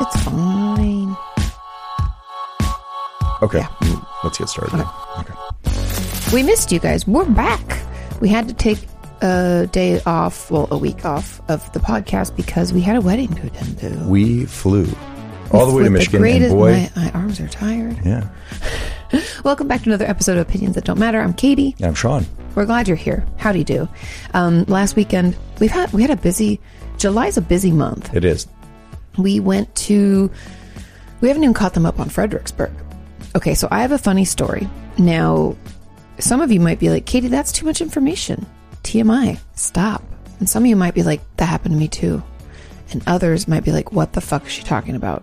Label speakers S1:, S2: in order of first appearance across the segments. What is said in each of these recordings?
S1: It's fine.
S2: Okay.
S1: Yeah.
S2: Mm, Let's get started. then. Okay.
S1: We missed you guys. We're back. We had to take a day off, well, a week off of the podcast because we had a wedding to attend to.
S2: We flew all the way to
S1: With
S2: Michigan, and
S1: greatest-
S2: boy,
S1: my, my arms are tired.
S2: yeah.
S1: Welcome back to another episode of Opinions That Don't Matter. I'm Katie.
S2: And I'm Sean.
S1: We're glad you're here. Howdy do. Um, last weekend we've had we had a busy. July's a busy month.
S2: It is.
S1: We went to. We haven't even caught them up on Fredericksburg. Okay, so I have a funny story. Now, some of you might be like, Katie, that's too much information. TMI, stop. And some of you might be like, that happened to me too. And others might be like, what the fuck is she talking about?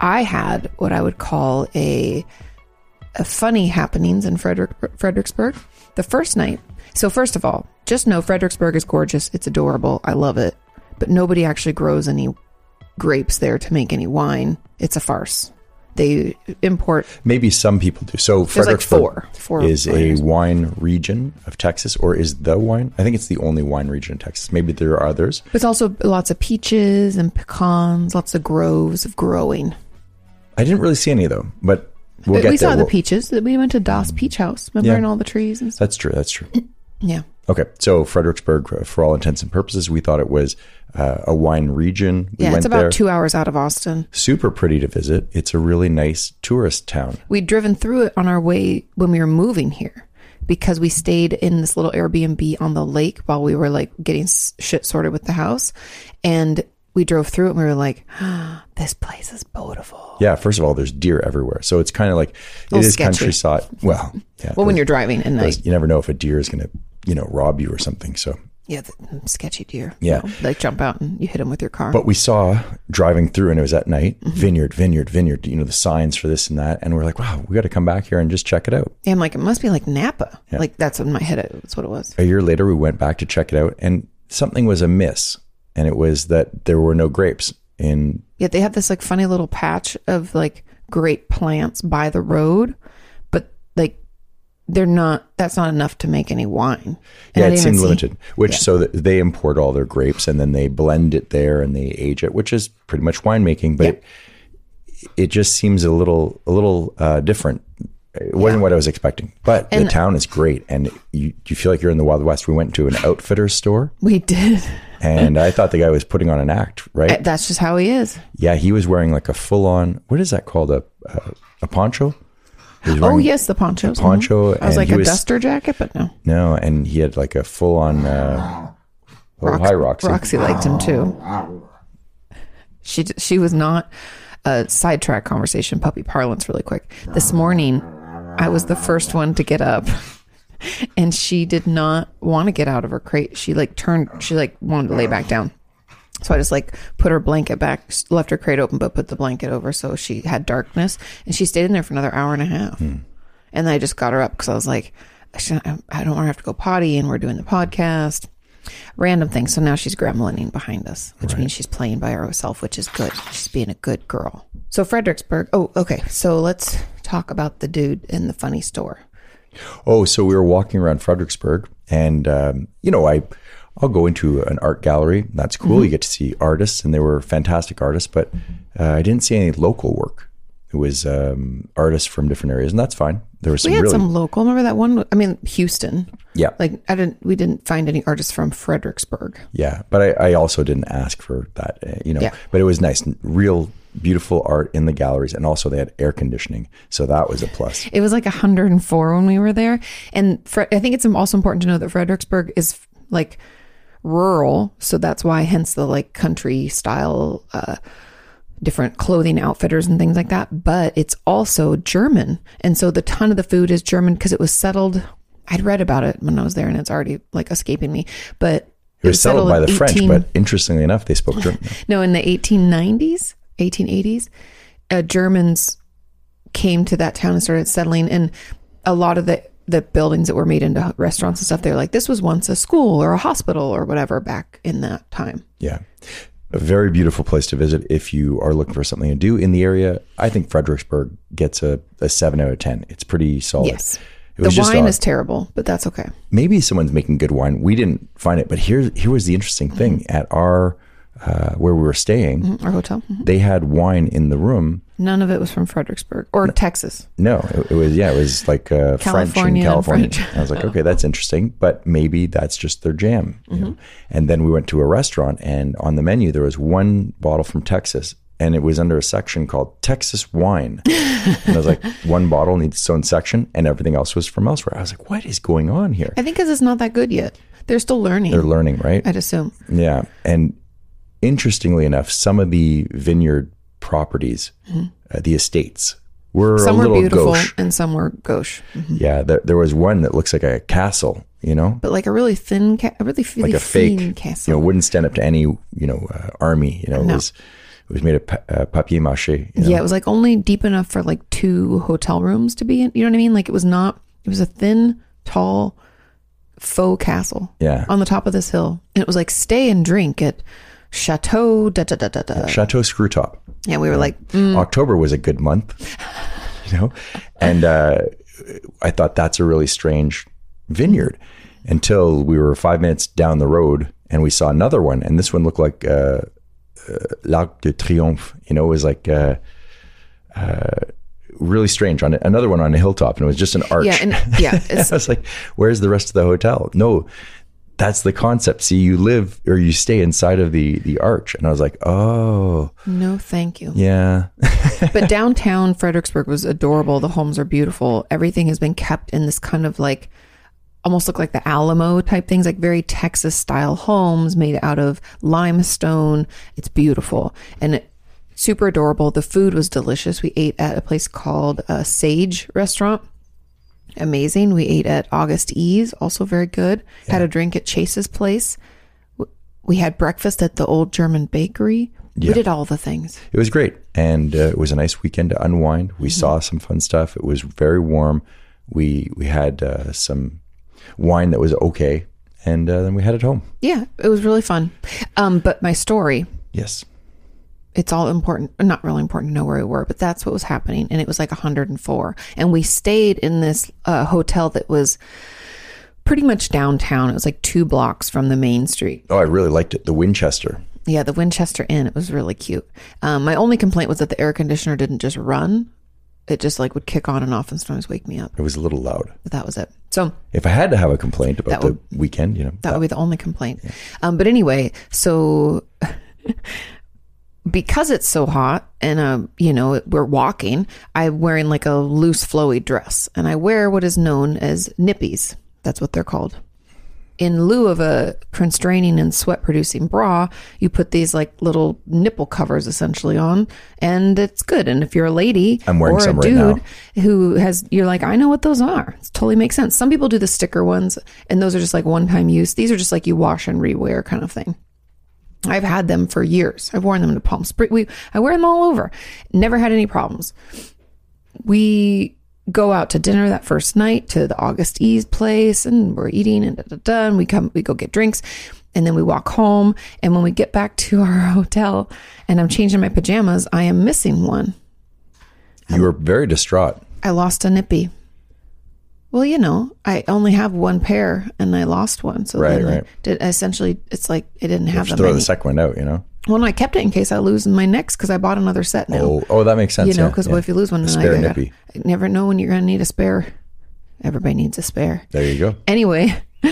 S1: I had what I would call a a funny happenings in Frederick, Fredericksburg the first night. So first of all, just know Fredericksburg is gorgeous. It's adorable. I love it. But nobody actually grows any grapes there to make any wine. It's a farce. They import
S2: Maybe some people do. So
S1: There's like
S2: Fredericksburg
S1: four- four
S2: is
S1: wineries.
S2: a wine region of Texas, or is the wine? I think it's the only wine region in Texas. Maybe there are others.
S1: There's also lots of peaches and pecans, lots of groves of growing.
S2: I didn't really see any of them, but we'll
S1: But
S2: get
S1: we
S2: there.
S1: saw the
S2: We'll- Mm.
S1: peaches. We went to Das Peach House. Remember,
S2: Yeah. Uh,
S1: and all the trees and stuff.
S2: That's true. That's true.
S1: Yeah.
S2: Okay, so Fredericksburg, uh, for all intents and purposes, we thought it was uh, a wine region. We
S1: Yeah,
S2: went
S1: it's about
S2: there.
S1: two hours out of Austin.
S2: Super pretty to visit. It's a really nice tourist town.
S1: We'd driven through it on our way when we were moving here because we stayed in this little Airbnb on the lake while we were like getting s- shit sorted with the house. And we drove through it and we were like, this place is beautiful.
S2: Yeah, first of all, there's deer everywhere, so it's kind of like it
S1: little
S2: is
S1: sketchy.
S2: countryside. Well, yeah,
S1: Well, when
S2: those-
S1: you're driving at night,
S2: those- you never know if a deer is going to, you know, rob you or something. So,
S1: yeah, the sketchy deer.
S2: Yeah.
S1: You know, like jump out and you hit him with your car.
S2: but we saw driving through, and it was at night.
S1: Mm-hmm.
S2: Vineyard, vineyard, vineyard. You know, the signs for this and that, and we're like, wow, we got to come back here and just check it out.
S1: Yeah, I'm like, it must be like Napa. Like that's in my head. it- That's what it was.
S2: a year later we went back to check it out and something was amiss and it was that there were no grapes in
S1: Yet they have this like funny little patch of like great plants by the road, but like they're not. That's not enough to make any wine. And
S2: yeah
S1: I
S2: it
S1: didn't
S2: seemed
S1: even see-
S2: limited which so that they import all their grapes and then they blend it there and they age it which is pretty much winemaking but it, it just seems a little a little uh, different it wasn't what I was expecting, but the town is great, and you, you feel like you're in the Wild West. We went to an outfitter store,
S1: We did.
S2: and I thought the guy was putting on an act, right?
S1: That's just how he is.
S2: Yeah, he was wearing like a full on, what is that called? A, a, a poncho? He was
S1: Oh
S2: wearing-
S1: yes, the ponchos. mhm.
S2: poncho
S1: I was
S2: and
S1: like
S2: he
S1: a
S2: was-
S1: duster jacket, but no.
S2: No, and he had like a full on. Uh, oh, hi, Roxy.
S1: Roxy liked him too. She d- she was not a sidetrack conversation puppy parlance really quick. This morning I was the first one to get up and she did not want to get out of her crate. She like turned she like wanted to lay back down. So I just like put her blanket back, s- left her crate open but put the blanket over so she had darkness and she stayed in there for another hour and a half.
S2: Hmm.
S1: And then I just got her up cuz I was like I shouldn't- I don't want to have to go potty and we're doing the podcast random thing. So now she's gremlining behind us, which means she's playing by herself, which is good. She's being a good girl. So Fredericksburg. Oh, okay. So let's talk about the dude in the funny store.
S2: Oh, so we were walking around Fredericksburg, and um, you know, I I'll go into an art gallery. That's
S1: Mm-hmm.
S2: cool. You get to see artists, and they were fantastic artists. But uh, I didn't see any local work. It was um, artists from different areas, and that's fine. There was some
S1: We had
S2: really
S1: some local. Remember that one? I mean, Houston.
S2: yeah,
S1: Like I didn't. We didn't find any artists from Fredericksburg.
S2: Yeah, but I, I also didn't ask for that, uh, you know.
S1: Yeah.
S2: But it was nice, real beautiful art in the galleries, and also they had air conditioning, so that was a plus.
S1: It was like 104 when we were there. And Fre- I think it's also important to know that Fredericksburg is like rural. So that's why, hence the like country style, uh, different clothing outfitters and things like that. But it's also German. And so the ton of the food is German because it was settled. I'd read about it when I was there and it's already like escaping me. But
S2: It was settled by
S1: in
S2: the
S1: 18
S2: French, but interestingly enough, they spoke German.
S1: no, in the 1890s, 1880s, uh, Germans came to that town and started settling. And a lot of the the buildings that were made into restaurants and stuff, they're like, this was once a school or a hospital or whatever back in that time.
S2: yeah, a very beautiful place to visit if you are looking for something to do in the area. I think Fredericksburg gets a, a seven out of ten. It's pretty solid.
S1: Yes.
S2: It was
S1: the
S2: just
S1: wine
S2: odd.
S1: is terrible, but that's okay. Mm-hmm.
S2: maybe someone's making good wine. We didn't find it, but here here was the interesting thing at our uh, where we were staying,
S1: Mm, our hotel. Mm-hmm.
S2: they had wine in the room.
S1: None of it was from Fredericksburg or Texas.
S2: No, it, it was yeah, it was like uh, French and
S1: California and
S2: California.
S1: French. Oh.
S2: I was like, okay, that's interesting, but maybe that's just their jam. you
S1: Mm-hmm.
S2: know? And then we went to a restaurant, and on the menu there was one bottle from Texas, and it was under a section called Texas wine. and I was like, one bottle needs its own section, and everything else was from elsewhere. I was like, what is going on here?
S1: I think because it's not that good yet. They're still learning.
S2: They're learning, right?
S1: I'd assume.
S2: Yeah. And interestingly enough, some of the vineyard properties, uh, the estates, were
S1: Mm-hmm. Some
S2: a
S1: were
S2: little
S1: beautiful
S2: gauche.
S1: and some were gauche,
S2: Yeah, there, there was one that looks like a castle, you know,
S1: but like a really thin, ca- a really, really
S2: like a
S1: thin
S2: fake,
S1: castle.
S2: you know, wouldn't stand up to any, you know, uh, army. You know, it was it was made of pa- uh, papier mâché. You know?
S1: Yeah, it was like only deep enough for like two hotel rooms to be in. You know what I mean? Like it was not. It was a thin, tall, faux castle.
S2: Yeah.
S1: On the top of this hill, and it was like stay and drink at Chateau da da da da da.
S2: Chateau Screwtop.
S1: Yeah, we were like,
S2: October was a good month, you know, and uh, I thought that's a really strange vineyard until we were five minutes down the road and we saw another one, and this one looked like uh, uh, L'Arc de Triomphe, you know, it was like. Uh, uh, really strange on another one on a hilltop and it was just an arch
S1: yeah, and yeah, it's,
S2: I was like, where's the rest of the hotel? No, that's the concept. See, you live or you stay inside of the the arch. And I was like, oh,
S1: no, thank you.
S2: yeah.
S1: But downtown Fredericksburg was adorable. The homes are beautiful. Everything has been kept in this kind of like almost look like the Alamo type things, like very Texas style homes made out of limestone. It's beautiful and it, super adorable. The food was delicious. We ate at a place called uh, Sage Restaurant. Amazing. We ate at August E's, also very good. Had a drink at Chase's place. W- We had breakfast at the old German bakery. We did all the things.
S2: It was great. And uh, it was a nice weekend to unwind. We
S1: Mm-hmm.
S2: saw some fun stuff. It was very warm. We we had uh, some wine that was okay. And uh, then we headed home.
S1: Yeah, it was really fun. Um, but my story,
S2: Yes.
S1: it's all important, not really important to know where we were, but that's what was happening. And it was like 104. And we stayed in this uh, hotel that was pretty much downtown. It was like two blocks from the main street.
S2: Oh, I really liked it. The Winchester.
S1: Yeah, the Winchester Inn. It was really cute. Um, my only complaint was that the air conditioner didn't just run, it just like would kick on and off and sometimes wake me up.
S2: It was a little loud.
S1: But that was it. So
S2: If I had to have a complaint about
S1: That
S2: the weekend, you know,
S1: That would be the only complaint. Um, but anyway, so because it's so hot and um, you know we're walking, I'm wearing like a loose flowy dress, and I wear what is known as nippies. That's what they're called. In lieu of a constraining and sweat producing bra, you put these like little nipple covers essentially on, and it's good. And if you're a lady
S2: I'm wearing
S1: or
S2: some
S1: a
S2: right
S1: dude
S2: now.
S1: who has you're like i know what those are it totally makes sense some people do the sticker ones and those are just like one time use these are just like you wash and rewear kind of thing i've had them for years i've worn them to palm springs we, i wear them all over never had any problems we go out to dinner that first night to the August E's place and we're eating and da, da, da, and we come we go get drinks and then we walk home and when we get back to our hotel and I'm changing my pajamas I am missing one
S2: you were very distraught.
S1: I lost a nippy. Well, you know, I only have one pair and I lost one. So
S2: Right,
S1: then I
S2: right.
S1: did essentially it's like I didn't have them.
S2: Throw
S1: any-
S2: the second one out, you know?
S1: Well, no, I kept it in case I lose my next because I bought another set now.
S2: Oh, oh, that makes sense.
S1: you know,
S2: yeah,
S1: because
S2: yeah.
S1: if you lose one, then I,
S2: spare
S1: I,
S2: nippy.
S1: I never know when you're going to need a spare. Everybody needs a spare.
S2: there you go.
S1: Anyway,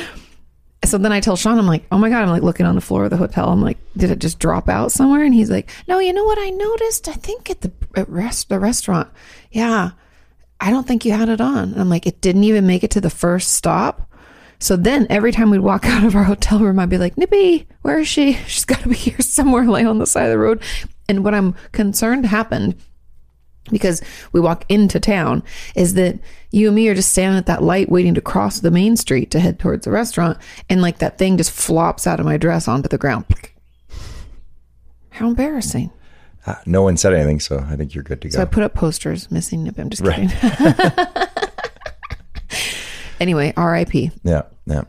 S1: so then I tell Sean, I'm like, oh my God, I'm like looking on the floor of the hotel. I'm like, did it just drop out somewhere? And he's like, no, you know what I noticed? I think at the at rest, the restaurant. Yeah. I don't think you had it on. And I'm like, it didn't even make it to the first stop. So then every time we'd walk out of our hotel room, I'd be like, Nippy, where is she? She's got to be here somewhere, lay on the side of the road. And what I'm concerned happened because we walk into town is that you and me are just standing at that light waiting to cross the main street to head towards the restaurant and like that thing just flops out of my dress onto the ground how embarrassing
S2: Ah, No one said anything, so I think you're good to go.
S1: so i put up posters missing nip i'm just kidding anyway rip you
S2: yeah, yeah.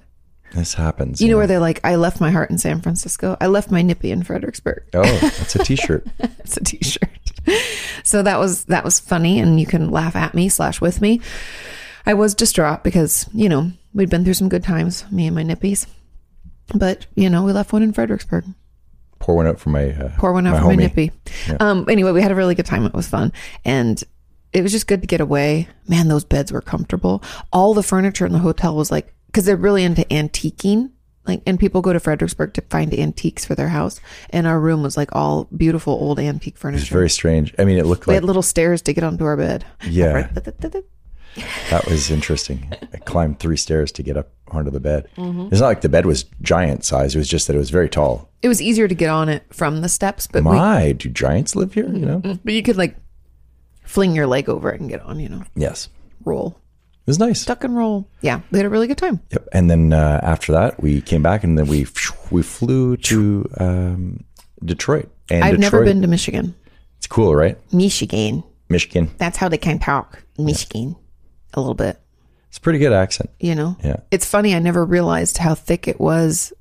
S2: This happens.
S1: know where they're like i left my heart in san francisco i left my nippy in fredericksburg
S2: Oh, that's a T-shirt.
S1: it's a t-shirt so that was that was funny and you can laugh at me slash with me i was distraught because you know we'd been through some good times me and my nippies but you know we left one in fredericksburg
S2: pour one out for my uh,
S1: Pour one out
S2: my
S1: for my
S2: homie.
S1: nippy. Um, anyway, we had a really good time. It was fun. And it was just good to get away. Man, those beds were comfortable. All the furniture in the hotel was like, because they're really into antiquing. Like, and people go to Fredericksburg to find antiques for their house. And our room was like all beautiful old antique
S2: It's
S1: furniture.
S2: very strange. I mean, it looked
S1: we
S2: like
S1: had little stairs to get onto our bed.
S2: yeah, that was interesting. I climbed three stairs to get up onto the bed.
S1: Mm-hmm.
S2: It's not like the bed was giant size. It was just that it was very tall.
S1: It was easier to get on it from the steps, but we, Mm-hmm.
S2: My, do giants live here? You know?
S1: but you could like fling your leg over it and get on, you know,
S2: Yes,
S1: roll,
S2: it was nice.
S1: duck and roll. Yeah, we had a really good time.
S2: Yep. And then uh, after that, we came back and then we we flew to um, Detroit. And
S1: I've
S2: Detroit,
S1: never been to Michigan.
S2: It's cool, right?
S1: Michigan.
S2: Michigan.
S1: That's how they can talk. Michigan. A little bit,
S2: It's a pretty good accent.
S1: you know?
S2: Yeah.
S1: It's funny. I never realized how thick it was.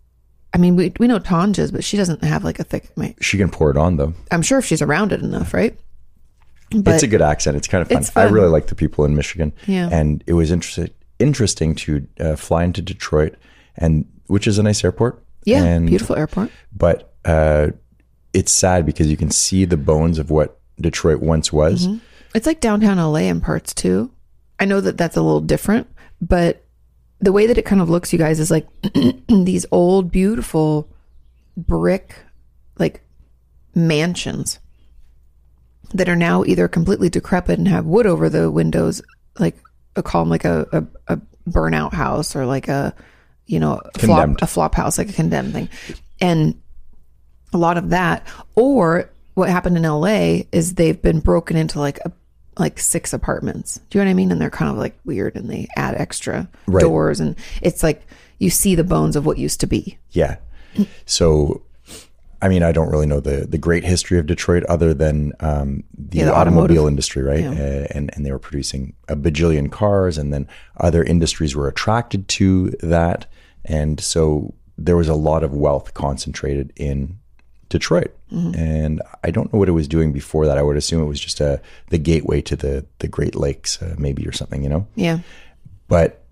S1: I mean, we, we know Tanja's, but she doesn't have like a thick, ma-
S2: She can pour it on though.
S1: I'm sure if she's around it enough, right? But
S2: it's a good accent. It's kind of fun.
S1: It's fun.
S2: I really like the people in Michigan.
S1: Yeah.
S2: And it was interesting interesting to uh, fly into Detroit, and which is a nice airport.
S1: yeah,
S2: And-
S1: beautiful airport.
S2: But uh, it's sad because you can see the bones of what Detroit once
S1: Mm-hmm.
S2: was.
S1: It's like downtown LA in parts too. I know that that's a little different, but the way that it kind of looks, you guys, is like these old, beautiful brick, like mansions that are now either completely decrepit and have wood over the windows, like a call 'em like a, a, a burnout house or like a, you know, a flop,
S2: Condemned.
S1: a flop house, like a condemned thing. And a lot of that or what happened in LA is they've been broken into like a like six apartments. Do you know what I mean? And they're kind of like weird and they add extra
S2: Right.
S1: doors and it's like you see the bones of what used to be.
S2: Yeah. So, I mean, I don't really know the the great history of Detroit other than um, the,
S1: Yeah, the automotive.
S2: automobile industry, right? Uh, and and they were producing a bajillion cars, and then other industries were attracted to that, and so there was a lot of wealth concentrated in Detroit.
S1: Mm-hmm.
S2: And I don't know what it was doing before that. I would assume it was just a the gateway to the the Great Lakes, uh, maybe or something, you know.
S1: Yeah.
S2: But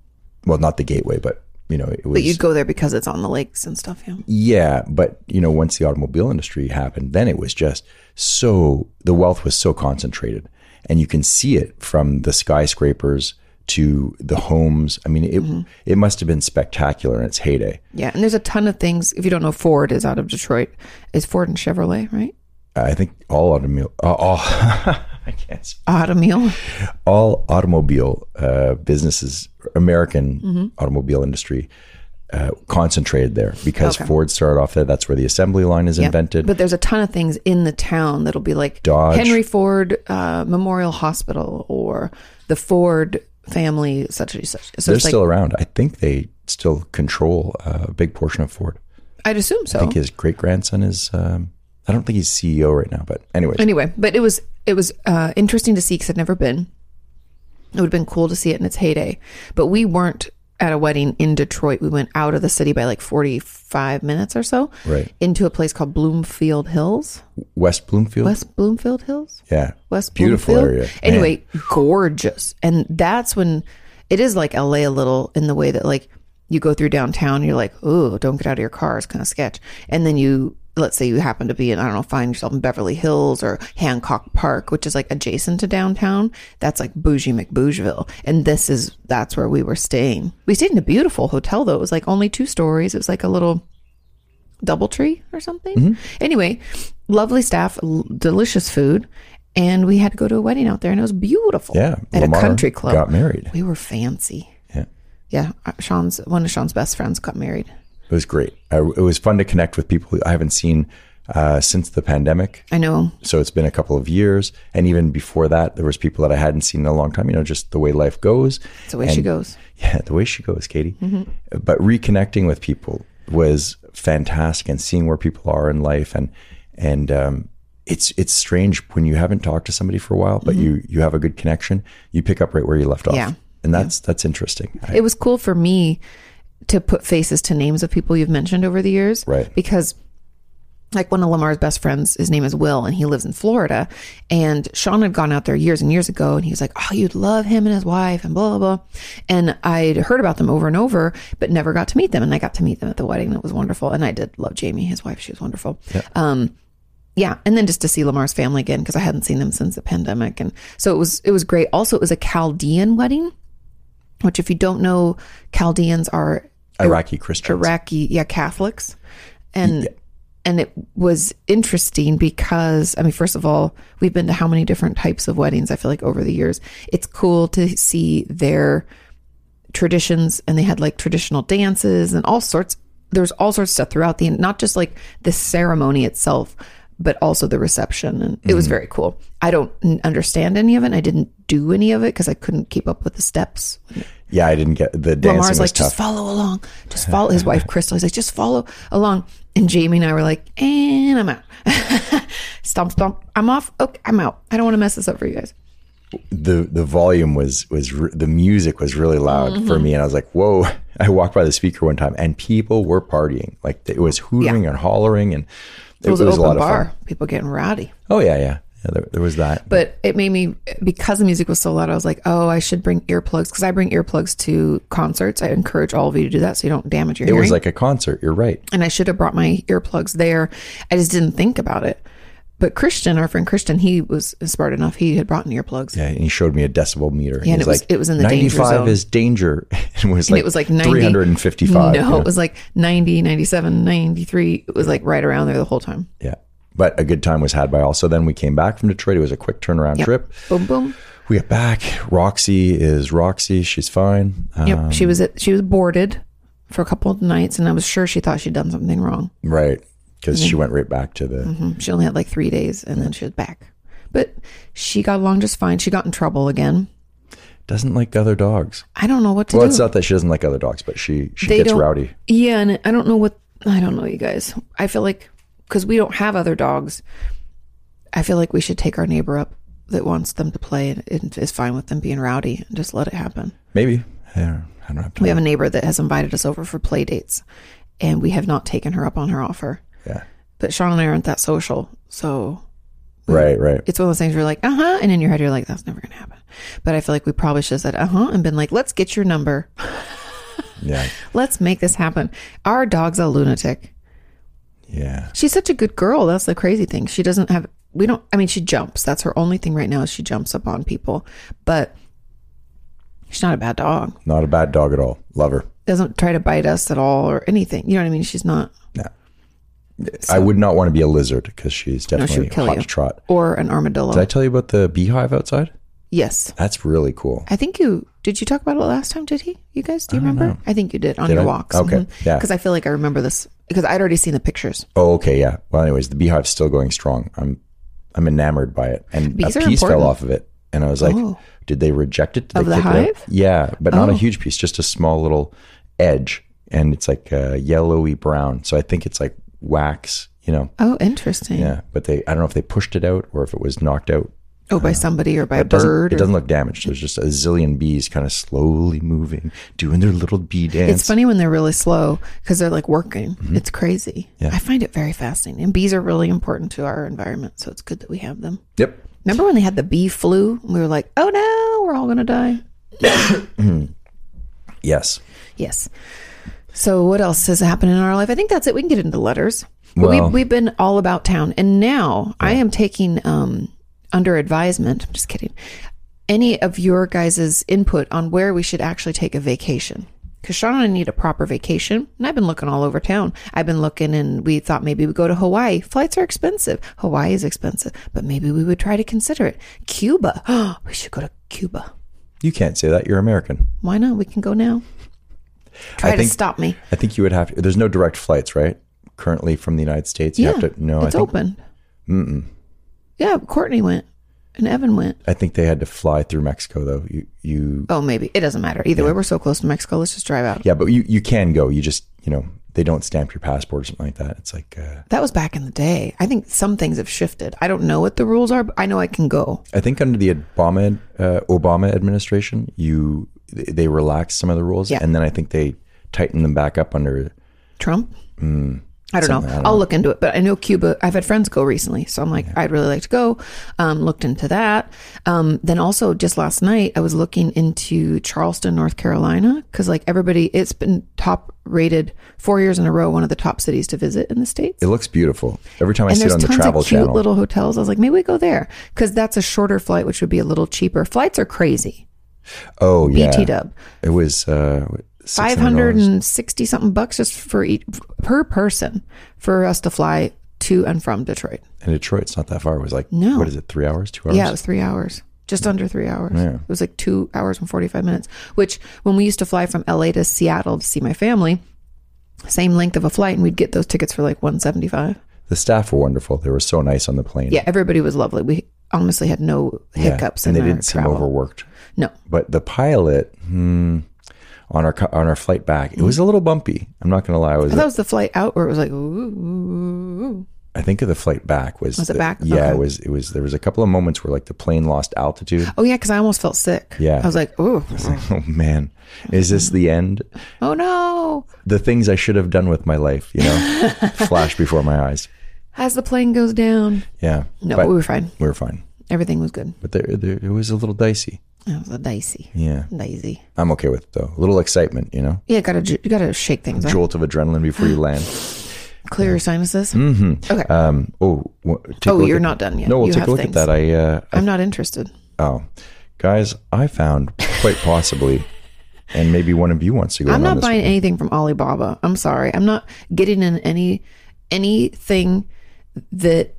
S2: well, not the gateway, but you know, it was.
S1: But you'd go there because it's on the lakes and stuff. Yeah.
S2: Yeah, but you know, once the automobile industry happened, then it was just so the wealth was so concentrated, and you can see it from the skyscrapers to the homes. I mean, it it must have been spectacular in its heyday.
S1: Yeah. And there's a ton of things. If you don't know, Ford is out of Detroit. Is Ford and Chevrolet, right?
S2: I think all automobile, uh, all I can't speak.
S1: Automobile.
S2: all automobile uh, businesses, American automobile industry. Uh, concentrated there because Ford started off there. That's where the assembly line is invented.
S1: But there's a ton of things in the town that'll be like
S2: Dodge.
S1: Henry Ford uh, Memorial Hospital or the Ford family, such and such. So
S2: They're
S1: it's like,
S2: still around. I think they still control uh, a big portion of Ford.
S1: I'd assume so.
S2: I think his great grandson is. Um, I don't think he's CEO right now, but anyways,
S1: Anyway, but it was it was uh, interesting to see because I'd never been. It would have been cool to see it in its heyday, but we weren't at a wedding in Detroit. We went out of the city by like forty five minutes or so,
S2: Right.
S1: Into a place called Bloomfield Hills,
S2: West Bloomfield.
S1: West Bloomfield Hills.
S2: yeah,
S1: West
S2: Beautiful
S1: Bloomfield.
S2: area. Man.
S1: Anyway, gorgeous. And that's when it is like LA a little in the way that like you go through downtown, you're like, oh, don't get out of your car. It's kind of sketch. And then you, let's say you happen to be in, I don't know, find yourself in Beverly Hills or Hancock Park, which is like adjacent to downtown. That's like bougie McBougeville. And this is, that's where we were staying. We stayed in a beautiful hotel though. It was like only two stories. It was like a little Doubletree or something.
S2: Mm-hmm.
S1: Anyway, lovely staff, l- delicious food, and we had to go to a wedding out there, and it was beautiful.
S2: Yeah,
S1: at
S2: Lamar
S1: a country club.
S2: Got married.
S1: We were fancy.
S2: Yeah,
S1: Yeah, uh, Sean's one of Sean's best friends got married.
S2: it was great. I, it was fun to connect with people I haven't seen uh, since the pandemic.
S1: I know.
S2: So it's been a couple of years, and even before that, there was people that I hadn't seen in a long time. You know, just the way life goes.
S1: It's the way she goes.
S2: Yeah, the way she goes, Katie.
S1: Mm-hmm.
S2: But reconnecting with people was fantastic, and seeing where people are in life, and and um, it's it's strange when you haven't talked to somebody for a while, but you you have a good connection. You pick up right where you left off,
S1: Mm-hmm. Yeah.
S2: and that's that's interesting. I-
S1: It was cool for me to put faces to names of people you've mentioned over the years,
S2: Right.
S1: Because like one of Lamar's best friends, his name is Will, and he lives in Florida. And Sean had gone out there years and years ago, and he was like, "Oh, you'd love him and his wife," and blah blah blah. And I'd heard about them over and over, but never got to meet them. And I got to meet them at the wedding, and it was wonderful. And I did love Jamie, his wife; she was wonderful. Um, yeah, and then just to see Lamar's family again because I hadn't seen them since the pandemic, and so it was it was great. Also, it was a Chaldean wedding, which if you don't know, Chaldeans are
S2: Iraqi Christians.
S1: Iraqi, yeah, Catholics, and and it was interesting because I mean, first of all, we've been to how many different types of weddings? I feel like over the years, it's cool to see their traditions, and they had like traditional dances and all sorts. There's all sorts of stuff throughout the not just like the ceremony itself, but also the reception, and it was very cool. I don't n- understand any of it. and I didn't do any of it because I couldn't keep up with the steps.
S2: Yeah, I didn't get the dancing
S1: Lamar's
S2: was
S1: like,
S2: tough.
S1: just follow along. Just follow his wife, Crystal. He's like, just follow along. And Jamie and I were like, and I'm out. stomp, stomp. I'm off. Okay, I'm out. I don't want to mess this up for you guys.
S2: the the volume was was re- the music was really loud for
S1: Mm-hmm.
S2: me, and I was like, "Whoa!" I walked by the speaker one time, and people were partying. Like it was hooting and hollering, and it,
S1: It was,
S2: was,
S1: an
S2: a lot
S1: open
S2: of
S1: bar.
S2: fun.
S1: People getting rowdy.
S2: Oh yeah, yeah, yeah there, there was that.
S1: But it made me, because the music was so loud, I was like, oh, I should bring earplugs because I bring earplugs to concerts. I encourage all of you to do that so you don't damage your
S2: it
S1: hearing.
S2: was like a concert. You're right.
S1: and I should have brought my earplugs there. I just didn't think about it. But Christian, our friend Christian, he was smart enough. He had brought in earplugs.
S2: Yeah, and he showed me a decibel meter.
S1: Yeah, and it was- it was in the danger zone.
S2: is danger, and it was like,
S1: it was like 90
S2: 355.
S1: no
S2: you know?
S1: it was like 90 97 93 it was like right around there the whole time
S2: yeah. But a good time was had by all. So then we came back from Detroit. It was a quick turnaround trip.
S1: boom boom
S2: We got back. Roxy is Roxy. She's fine. Uh,
S1: yep she was at, she was boarded for a couple of nights and i was sure she thought she'd done something wrong
S2: Right. Because
S1: Mm-hmm.
S2: she went right back to the.
S1: Mm, she only had like three days and then she was back but she got along just fine she got in trouble again
S2: Doesn't like other dogs.
S1: i don't know what to
S2: Well,
S1: do
S2: it's not that she doesn't like other dogs, but she she
S1: They
S2: gets
S1: don't-
S2: rowdy.
S1: yeah and i don't know what i don't know you guys i feel like because we don't have other dogs i feel like we should take our neighbor up that wants them to play and- and is fine with them being rowdy and just let it happen
S2: Maybe. Yeah, I don't have to.
S1: We have a neighbor that has invited us over for play dates, and we have not taken her up on her offer.
S2: Yeah.
S1: But Sean and I aren't that social, so
S2: Right. Right.
S1: it's one of those things where you're like, uh huh, and in your head you're like, that's never gonna happen. But I feel like we probably should have said, uh huh, and been like, let's get your number,
S2: Yeah.
S1: let's make this happen. Our dog's a lunatic.
S2: Yeah.
S1: She's such a good girl. That's the crazy thing. She doesn't have. We don't. I mean, she jumps. That's her only thing right now. Is she jumps up on people, but she's not a bad dog.
S2: Not a bad dog at all. Love her.
S1: Doesn't try to bite us at all or anything. You know what I mean? She's not.
S2: I would not want to be a lizard because she's
S1: she
S2: definitely
S1: would kill
S2: hot
S1: you.
S2: to trot.
S1: or an armadillo.
S2: Did I tell you about the beehive outside?
S1: yes.
S2: That's really cool.
S1: I think you did you talk about it last time, did he? You guys, do you remember? I think you did on your
S2: I?
S1: walks.
S2: Okay, yeah.
S1: Because I feel like I remember this because I'd already seen the pictures.
S2: Oh, okay. Yeah. Well, anyways, the beehive's still going strong. I'm I'm enamored by it, and
S1: Bees
S2: a
S1: are
S2: piece fell
S1: important.
S2: off of it, and I was like,
S1: Oh.
S2: "Did they reject it? Did
S1: Of
S2: they
S1: the
S2: kick it out?"
S1: hive? Oh.
S2: Yeah, but not a huge piece, just a small little edge, and it's like uh, yellowy brown. So I think it's like wax, you know.
S1: Oh, interesting.
S2: Yeah, but they I don't know if they pushed it out or if it was knocked out.
S1: Oh, by somebody or by a
S2: It doesn't,
S1: bird.
S2: it
S1: or-
S2: doesn't look damaged. There's just a zillion bees kind of slowly moving, doing their little bee dance.
S1: it's funny when they're really slow because they're like working.
S2: Mm-hmm.
S1: It's crazy. I find it very fascinating. And bees are really important to our environment, so it's good that we have them.
S2: Yep.
S1: Remember when they had the bee flu? We were like, oh no, we're all gonna die.
S2: Yes.
S1: Yes. So what else has happened in our life? I think that's it. We can get into letters. But
S2: Well-
S1: we've, we've been all about town, and now I am taking um, under advisement. I'm just kidding. Any of your guys' input on where we should actually take a vacation? Because Sean and I need a proper vacation, and I've been looking all over town. I've been looking, and we thought maybe we go to Hawaii. Flights are expensive. Hawaii is expensive, but maybe we would try to consider it. Cuba. we should go to Cuba.
S2: You can't say that. You're American.
S1: Why not? We can go now. Try to
S2: think-
S1: stop me.
S2: I think you would have to. There's no direct flights, right? Currently from the United States, you have to. No, I
S1: it's
S2: think
S1: open. Mm-mm. Yeah, Courtney went and Evan went.
S2: I think they had to fly through Mexico though. You you
S1: Oh, maybe it doesn't matter. Either way, we're so close to Mexico. Let's just drive out.
S2: yeah, but you you can go. You just you know they don't stamp your passport or something like that. It's like uh,
S1: That was back in the day. I think some things have shifted. I don't know what the rules are, but I know I can go.
S2: I think under the Obama uh, Obama administration, you they relaxed some of the rules,
S1: Yeah.
S2: and then I think they tightened them back up under
S1: Trump. I don't
S2: Hmm. Something,
S1: know.
S2: I don't
S1: I'll
S2: know.
S1: look into it, but I know Cuba. I've had friends go recently, so I'm like, I'd really like to go. Um, looked into that. Um, then also just last night, I was looking into Charleston, North Carolina, because like everybody, it's been top rated four years in a row, one of the top cities to visit in the states.
S2: It looks beautiful. Every time I
S1: and
S2: sit
S1: there's
S2: on the
S1: tons
S2: travel
S1: of cute
S2: channel,
S1: little hotels. I was like, maybe we go there because that's a shorter flight, which would be a little cheaper. Flights are crazy.
S2: oh yeah,
S1: BT dub.
S2: it was uh,
S1: five hundred and sixty something bucks just for each per person for us to fly to and from Detroit.
S2: in Detroit. It's not that far. It was like
S1: No.
S2: what is it? Three hours? Two hours?
S1: Yeah, it was three hours, just under three hours. It was like two hours and forty five minutes. Which when we used to fly from L.A. to Seattle to see my family, same length of a flight, and we'd get those tickets for like one seventy five.
S2: The staff were wonderful. They were so nice on the plane.
S1: Yeah, everybody was lovely. We honestly had no
S2: Yeah.
S1: hiccups,
S2: and
S1: in
S2: they
S1: our
S2: didn't seem
S1: travel.
S2: overworked.
S1: No,
S2: But the pilot hmm, on our co- on our flight back,
S1: Mm-hmm.
S2: it was a little bumpy. I'm not going to lie. I was
S1: that was the flight out where it was like, ooh,
S2: I think of the flight back was
S1: Was it back?
S2: Yeah,
S1: Okay.
S2: it was. It was. There was a couple of moments where like the plane lost altitude.
S1: oh yeah, because I almost felt sick.
S2: Yeah.
S1: I was like, ooh,
S2: Oh man, is this the end?
S1: oh no.
S2: The things I should have done with my life, you know, flash before my eyes.
S1: As the plane goes down,
S2: Yeah,
S1: no,
S2: but
S1: we were fine.
S2: we were fine.
S1: Everything was good.
S2: But there, there, it was a little dicey.
S1: It was a dicey,
S2: Yeah,
S1: dicey.
S2: I'm okay with it, though. A little excitement, you know,
S1: Yeah, gotta ju- gotta shake things up.
S2: jolt of adrenaline before you land.
S1: Clear your sinuses. Mm-hmm. Okay.
S2: Um. Oh, wha- take a
S1: oh,
S2: look
S1: you're
S2: at-
S1: not done yet.
S2: No, we'll
S1: you
S2: take
S1: have
S2: a look
S1: things.
S2: at that. I. Uh,
S1: I'm not interested.
S2: oh, guys, I found quite possibly, and maybe one of you wants to go.
S1: I'm
S2: in
S1: not
S2: on this
S1: buying
S2: one.
S1: anything from Alibaba. I'm sorry. I'm not getting in any anything that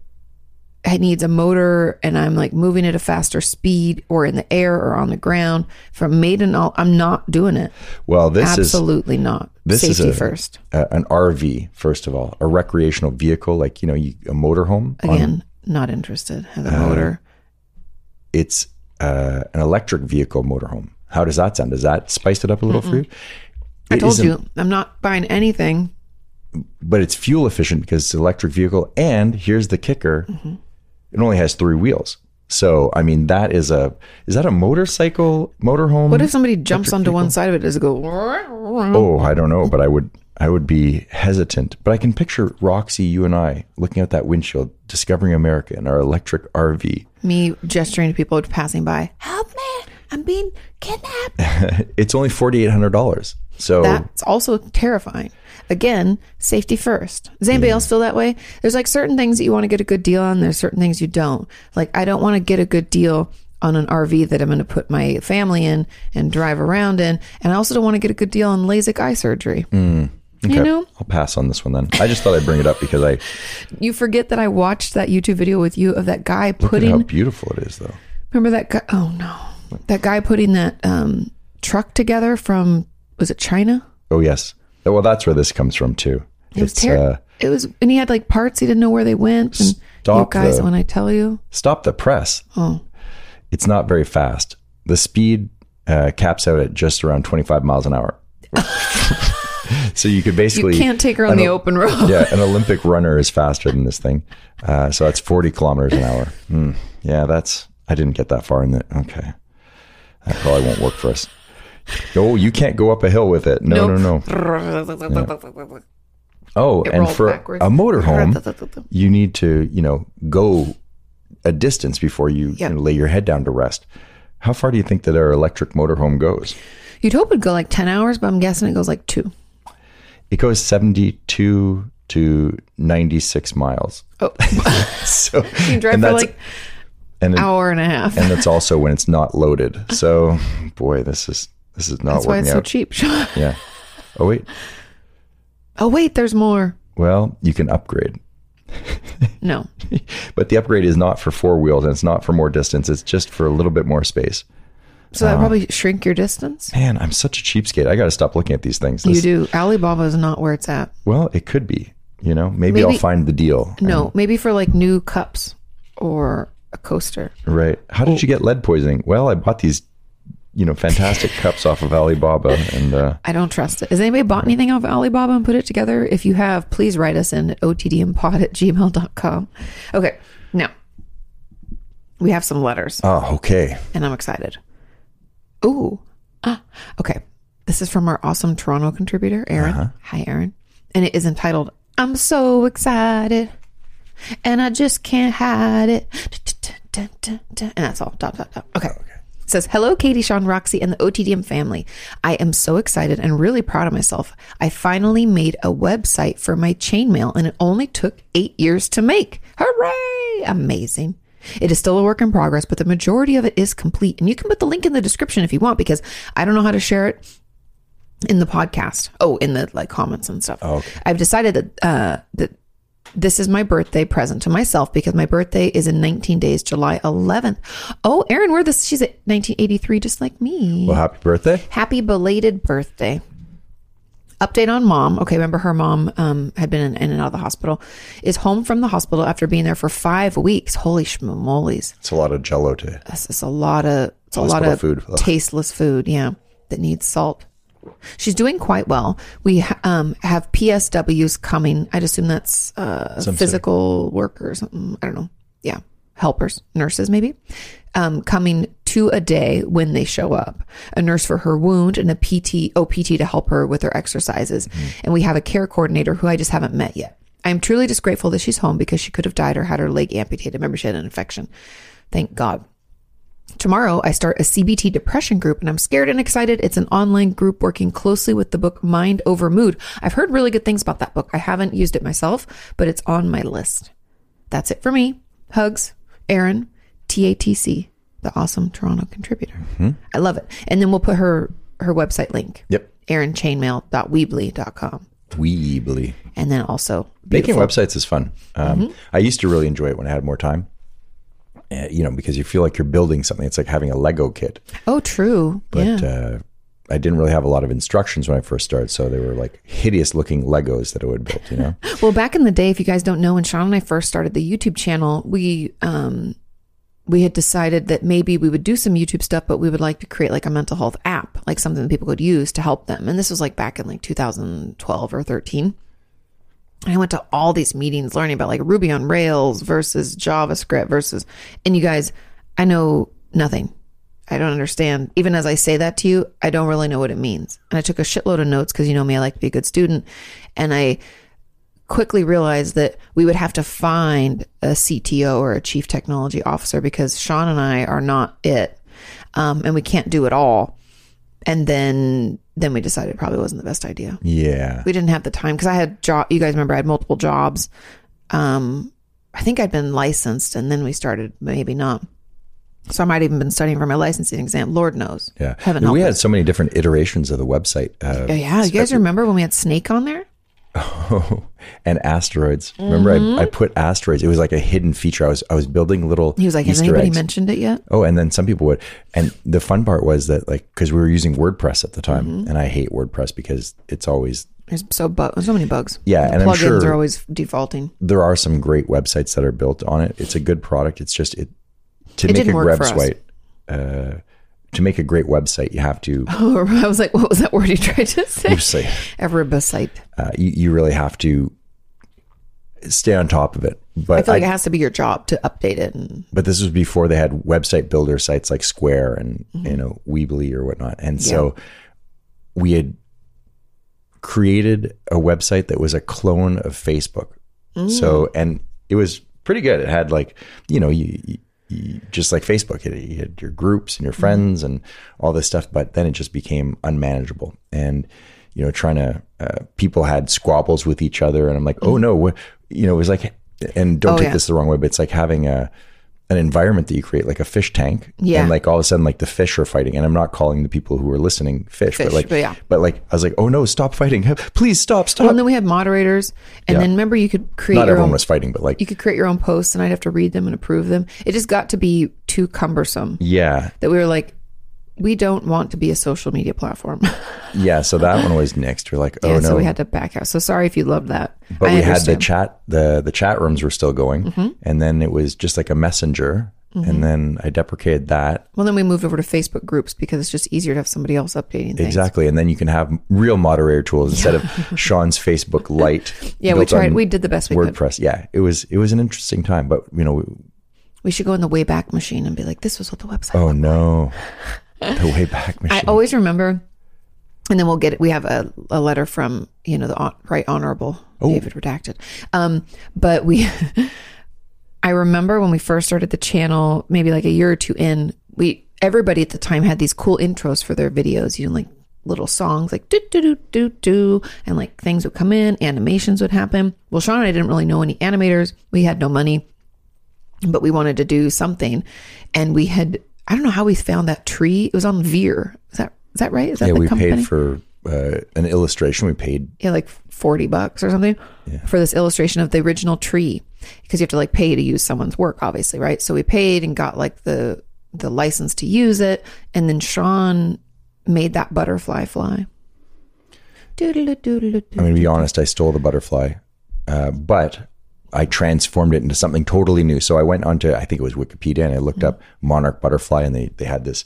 S1: it needs a motor and I'm like moving at a faster speed or in the air or on the ground from made in all I'm not doing it.
S2: Well, this is
S1: Absolutely not.
S2: this is
S1: Safety
S2: a-
S1: first.
S2: uh, an RV first of all, a recreational vehicle like you know you, a motorhome. on- Uh,
S1: Again, not interested. Has a motor.
S2: it's uh, an electric vehicle motorhome. How does that sound? Does that spice it up a little for you?
S1: I
S2: It
S1: told
S2: isn't-
S1: you I'm not buying anything.
S2: but it's fuel efficient because it's an electric vehicle. And here's the kicker: it only has three wheels. So I mean, that is a is that a motorcycle motorhome?
S1: What if somebody jumps onto one side of it? Does it go?
S2: oh, I don't know, but I would I would be hesitant. But I can picture Roxy, you and I, looking out that windshield, discovering America in our electric RV.
S1: me gesturing to people passing by. Help me! I'm being kidnapped.
S2: It's only forty eight hundred dollars. So
S1: That's also terrifying. Again, safety first. Does anybody else feel that way? There's like certain things that you want to get a good deal on. There's certain things you don't. Like I don't want to get a good deal on an RV that I'm going to put my family in and drive around in, and I also don't want to get a good deal on LASIK eye surgery. You
S2: Mm, Okay,
S1: know,
S2: I'll pass on this one then. I just thought I'd bring it up because I
S1: you forget that I watched that YouTube video with you of that guy
S2: look at how
S1: putting
S2: beautiful it is, though.
S1: Remember that guy? Oh no, that guy putting that um, truck together from was it China?
S2: Oh yes. Well, that's where this comes from too.
S1: It was
S2: It's,
S1: terrible.
S2: uh,
S1: it was, and he had like parts. He didn't know where they went. And you
S2: Stop
S1: guys,
S2: the-
S1: when I tell you,
S2: stop the press.
S1: Hmm.
S2: It's not very fast. The speed uh, caps out at just around 25 miles an hour. so you could
S1: you
S2: basically
S1: can't take her on the open road.
S2: yeah, an Olympic runner is faster than this thing. Uh, so that's 40 kilometers an hour. Hmm. Yeah, that's I didn't get that far in the okay. That probably won't work for us. No, you can't go up a hill with it. No, no, no. Oh, and
S1: rolled
S2: for
S1: backwards.
S2: a motorhome, you need to, you know, go a distance before you, you
S1: Yeah.
S2: know, lay your head down to rest. How far do you think that our electric motorhome goes?
S1: You'd hope it'd go like ten hours, but I'm guessing it goes like two.
S2: It goes 72 to 96 miles.
S1: Oh,
S2: So
S1: you drive
S2: and
S1: for
S2: that's-
S1: like
S2: and, it-
S1: hour and a half.
S2: and that's also when it's not loaded. So boy, this is this is not
S1: That's why
S2: working
S1: it's so
S2: out.
S1: cheap.
S2: yeah. Oh wait.
S1: oh wait, there's more.
S2: Well, you can upgrade.
S1: No,
S2: But the upgrade is not for four wheels and it's not for more distance. It's just for a little bit more space.
S1: so
S2: Uh,
S1: that probably shrink your distance.
S2: Man, I'm such a cheapskate. I got to stop looking at these things.
S1: You
S2: This-
S1: do. Alibaba is not where it's at.
S2: Well, it could be. You know, maybe, I'll
S1: Maybe-
S2: find the deal.
S1: No, maybe for like new cups or a coaster.
S2: Right. How did you get lead poisoning? Well, I bought these, you know, fantastic cups off of Alibaba, and uh,
S1: I don't trust it. Has anybody bought anything off Alibaba and put it together? If you have, please write us in at ottdmpod at gmail.com. Okay, now we have some letters
S2: oh, okay.
S1: and I'm excited. Ooh. Ah, okay. This is from our awesome Toronto contributor, Aaron. Hi, Aaron. And it is entitled I'm so excited, and I just can't hide it. Dun, dun, dun. And that's all. Dot, dot, dot. Okay. It says, Hello, Katie, Sean, Roxy, and the OTDM family. I am so excited and really proud of myself. I finally made a website for my chainmail, and it only took eight years to make. Hooray! Amazing. It is still a work in progress, but the majority of it is complete. And you can put the link in the description if you want, because I don't know how to share it in the podcast. Oh, in the like comments and stuff.
S2: Okay.
S1: I've decided that uh, that this is my birthday present to myself because my birthday is in 19 days, July 11th. Oh, Erin, we're this. She's at 1983, just like me.
S2: Well, happy birthday.
S1: Happy belated birthday. Update on mom. Okay, remember her mom um, had been in, in and out of the hospital. Is home from the hospital after being there for five weeks. Holy schmollies!
S2: It's a lot of jello to
S1: This is a lot of it's a lot
S2: Hospital
S1: of
S2: food. Ugh.
S1: tasteless food. Yeah, that needs salt. She's doing quite well. We um, have PSWs coming. I'd assume that's uh, physical workers. mm, I don't know. Yeah, helpers, nurses, maybe um, coming to a day when they show up. A nurse for her wound and a PT OPT to help her with her exercises.
S2: Mm-hmm.
S1: And we have a care coordinator who I just haven't met yet. I'm truly just grateful that she's home because she could have died or had her leg amputated. Remember, she had an infection. Thank God. Tomorrow, I start a CBT depression group, and I'm scared and excited. It's an online group working closely with the book Mind Over Mood. I've heard really good things about that book. I haven't used it myself, but it's on my list. That's it for me. Hugs, Aaron, TATC, the awesome Toronto contributor.
S2: Mm-hmm.
S1: I love it. And then we'll put her her website link.
S2: Yep.
S1: AaronChainmail.weebly.com.
S2: Weebly.
S1: And then also
S2: Making
S1: beautiful-
S2: websites is fun. Um,
S1: Mm-hmm.
S2: I used to really enjoy it when I had more time. Uh, you know, because you feel like you're building something. It's like having a Lego kit.
S1: Oh, true. yeah.
S2: But uh, I didn't really have a lot of instructions when I first started, so they were like hideous looking Legos that I would build. You know,
S1: Well, back in the day, if you guys don't know, when Sean and I first started the YouTube channel, we um we had decided that maybe we would do some YouTube stuff, but we would like to create like a mental health app, like something that people could use to help them. And this was like back in like 2012 or 13. And I went to all these meetings learning about like Ruby on Rails versus JavaScript versus, and you guys, I know nothing. I don't understand. Even as I say that to you, I don't really know what it means. And I took a shitload of notes because you know me, I like to be a good student. And I quickly realized that we would have to find a CTO or a chief technology officer because Sean and I are not it, um, and we can't do it all. And then then we decided it probably wasn't the best idea.
S2: yeah,
S1: We didn't have the time because I had job. You guys remember I had multiple jobs. Um, I think I'd been licensed, and then we started. Maybe not. So I might have even been studying for my licensing exam. Lord knows.
S2: yeah.
S1: Heaven
S2: we
S1: help
S2: had
S1: us.
S2: so many different iterations of the website. Uh,
S1: Oh, yeah, you guys remember when we had Snake on there?
S2: and asteroids. Remember,
S1: Mm-hmm.
S2: I, I put asteroids. It was like a hidden feature. I was I was building little.
S1: He was like, "Has
S2: Easter
S1: anybody
S2: eggs.
S1: mentioned it yet?"
S2: Oh, and then some people would. And the fun part was that, like, because we were using WordPress at the time,
S1: Mm-hmm.
S2: and I hate WordPress because it's always
S1: There's so bu- so many bugs.
S2: Yeah,
S1: the
S2: and I'm
S1: plugins
S2: sure-
S1: are always defaulting.
S2: there are some great websites that are built on it. It's a good product. It's just it to make
S1: didn't
S2: a
S1: work
S2: web
S1: for us.
S2: site. Uh, to make a great website, you have to
S1: I was like, what was that word you tried to say?
S2: obviously
S1: Erebusite.
S2: uh, you, you really have to stay on top of it. But
S1: I feel like
S2: I-
S1: it has to be your job to update it. And
S2: but this was before they had website builder sites like Square and you know Weebly or whatnot. And so we had created a website that was a clone of Facebook.
S1: Mm.
S2: So and it was pretty good. It had like you know you. you you- just like Facebook, it, you had your groups
S1: Mm.
S2: and your friends and all this stuff, but then it just became unmanageable. And you know, trying to uh, people had squabbles with each other, and I'm like, oh no, what? You know, it was like, and don't
S1: Mm. Oh,
S2: take
S1: yeah.
S2: this this the wrong way, but it's like having a an environment that you create, like a fish tank.
S1: Yeah.
S2: And like all of a sudden, like the fish are fighting. And I'm not calling the people who are listening fish,
S1: Fish,
S2: but like,
S1: but yeah.
S2: but like, I was like, oh no, stop fighting. Please stop, stop.
S1: well, and then we had moderators. And
S2: Yeah.
S1: then remember, you could create
S2: not
S1: your
S2: everyone
S1: own.
S2: was fighting, but like,
S1: you could create your own posts, and I'd have to read them and approve them. It just got to be too cumbersome
S2: yeah.
S1: that we were like, we don't want to be a social media platform.
S2: Yeah. So that one was next. We're like, oh
S1: yeah,
S2: no.
S1: so we had to back out. So sorry if you loved that.
S2: but
S1: I
S2: we had the
S1: understand. Mm-hmm.
S2: chat, the, the chat rooms were still going. And then it was just like a messenger. And then I deprecated that.
S1: well, then we moved over to Facebook groups because it's just easier to have somebody else updating things.
S2: Exactly. And then you can have real moderator tools instead of Sean's Facebook Lite.
S1: Yeah, we
S2: built
S1: tried.
S2: on
S1: We did the best we could.
S2: WordPress. Yeah, it was it was an interesting time, but you know, we-
S1: We should go in the Wayback Machine and be like, this was what the website
S2: oh no, the oh, Wayback Machine.
S1: I always remember and then we'll get we have a, a letter from you know the hon- right honorable david redacted um but we i remember when we first started the channel maybe like a year or two in we everybody at the time had these cool intros for their videos you know like little songs like do do do do do and like things would come in animations would happen well sean and i didn't really know any animators we had no money but we wanted to do something and we had i don't know how we found that tree it was on veer is that is that right is that
S2: Yeah,
S1: the
S2: we
S1: company
S2: paid for uh, an illustration. We paid
S1: yeah, like 40 bucks or something for this illustration of the original tree because you have to like pay to use someone's work obviously right so we paid and got like the the license to use it and then sean made that butterfly fly Doodle-a-doodle-a-doo.
S2: I'm going to be honest, I stole the butterfly, uh, but I transformed it into something totally new. So I went onto, I think it was Wikipedia, and I looked up monarch butterfly, and they, they had this,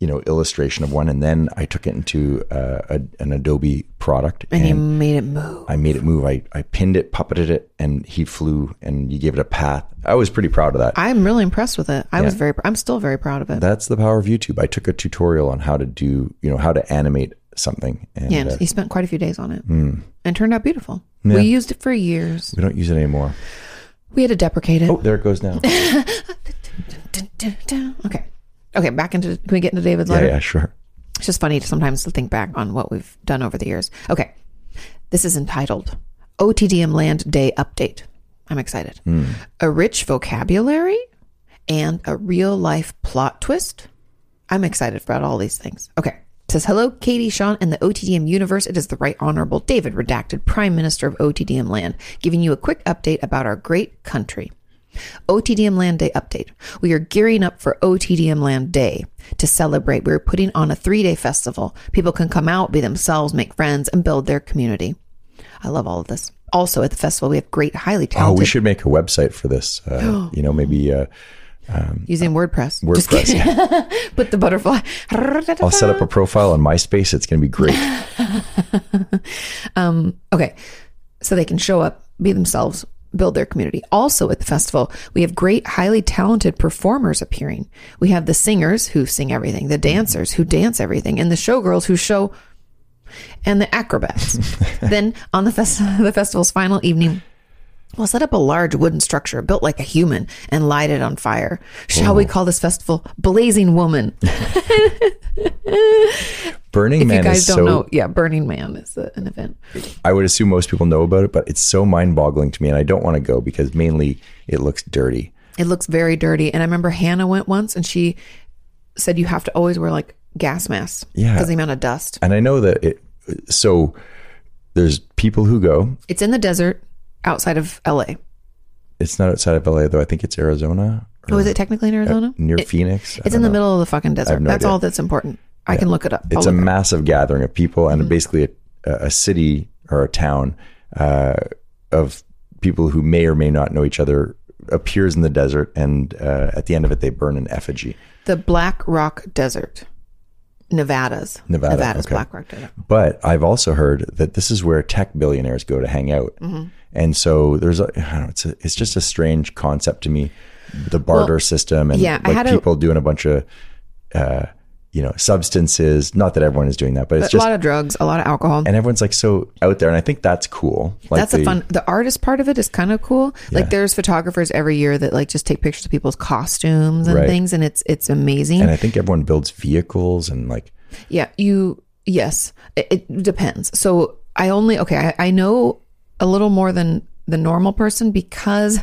S2: you know, illustration of one. And then I took it into uh, a, an Adobe product, and,
S1: and you made it move
S2: I made it move. I, I pinned it, puppeted it, and he flew, and you gave it a path. I was pretty proud of that.
S1: i'm really impressed with it i was very i'm still very proud of it
S2: That's the power of YouTube. I took a tutorial on how to do, you know, how to animate something, and
S1: yeah
S2: uh,
S1: he spent quite a few days on it
S2: Hmm.
S1: and turned out beautiful we used it for years
S2: we don't use it anymore.
S1: we had to deprecate it
S2: Oh, there it goes now. yeah,
S1: Dun, dun, dun. okay okay back into can we get into david's letter
S2: yeah, sure.
S1: It's just funny to sometimes to think back on what we've done over the years. Okay. This is entitled OTDM Land Day Update. I'm excited. A rich vocabulary and a real life plot twist. I'm excited about all these things. Okay. It says hello, Katie, Sean, and the OTDM universe. It is the Right Honorable David Redacted, Prime Minister of OTDM Land, giving you a quick update about our great country. OTDM Land Day update. We are gearing up for OTDM Land Day to celebrate. We're putting on a three day festival. People can come out, be themselves, make friends, and build their community. I love all of this. Also, at the festival, we have great, highly
S2: Oh,
S1: talented
S2: we should make a website for this. Uh,
S1: Oh.
S2: you know, maybe uh,
S1: using WordPress. Just
S2: WordPress.
S1: kidding. Put the butterfly.
S2: I'll set up a profile on MySpace. It's going to be great.
S1: Okay. So they can show up, be themselves, build their community. Also at the festival, we have great, highly talented performers appearing. We have the singers who sing everything, the dancers who dance everything, and the showgirls who show and the acrobats. then on the fest- the festival's final evening, we'll set up a large wooden structure built like a human and light it on fire. Shall we call this festival Blazing Woman?
S2: Burning
S1: If
S2: Man
S1: you guys
S2: is
S1: don't
S2: so.
S1: know, yeah, Burning Man is uh, an event.
S2: I would assume most people know about it, but it's so mind-boggling to me, and I don't want to go because mainly it looks dirty.
S1: It looks very dirty. And I remember Hannah went once and she said you have to always wear like gas masks.
S2: Yeah.
S1: Because the amount of dust.
S2: And I know that it. So there's people who go.
S1: It's in the desert outside of LA.
S2: It's not outside of LA though. I think it's Arizona or
S1: Oh, is it technically in Arizona?
S2: near Phoenix. Uh, I
S1: It's
S2: don't
S1: in the
S2: know.
S1: middle of the fucking desert.
S2: no
S1: that's
S2: idea.
S1: all that's important. I can look it up. I'll
S2: It's a
S1: look it up.
S2: massive gathering of people
S1: Mm-hmm.
S2: and basically a, a city or a town uh, of people who may or may not know each other appears in the desert, and uh, at the end of it, they burn an effigy.
S1: the Black Rock Desert. Nevada's.
S2: Nevada,
S1: Nevada's
S2: okay.
S1: Black Rock Desert.
S2: But I've also heard that this is where tech billionaires go to hang out,
S1: Mm-hmm.
S2: and so there's a, I don't know, it's a, it's just a strange concept to me, the barter system and
S1: yeah, I
S2: like
S1: had a-
S2: people doing a bunch of. Uh, you know, substances. Not that everyone is doing that, but it's
S1: a
S2: just
S1: lot of drugs, a lot of alcohol.
S2: and everyone's like so out there, and I think that's cool. Like
S1: that's
S2: the-
S1: a fun the artist part of it is kind of cool like there's photographers every year that like just take pictures of people's costumes and
S2: Right.
S1: things and it's it's amazing
S2: and I think everyone builds vehicles and like
S1: Yeah, you yes, it, it depends. So I only okay, I, I know a little more than the normal person because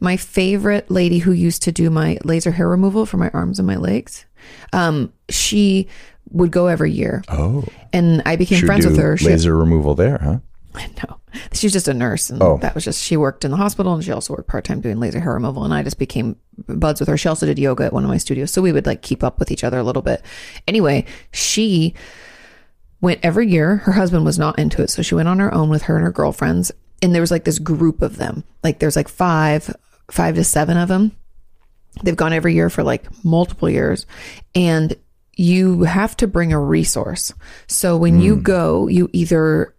S1: my favorite lady who used to do my laser hair removal for my arms and my legs, um, she would go every year,
S2: oh,
S1: and I became friends with her. She
S2: laser removal there, huh?
S1: no, she was just a nurse, and that was just she worked in the hospital, and she also worked part time doing laser hair removal. And I just became buds with her. She also did yoga at one of my studios, so we would like keep up with each other a little bit. Anyway, she went every year. Her husband was not into it, so she went on her own with her and her girlfriends. And there was like this group of them, like there's like five, five to seven of them. They've gone every year for like multiple years, and you have to bring
S2: Hmm.
S1: a resource. So when you go, you either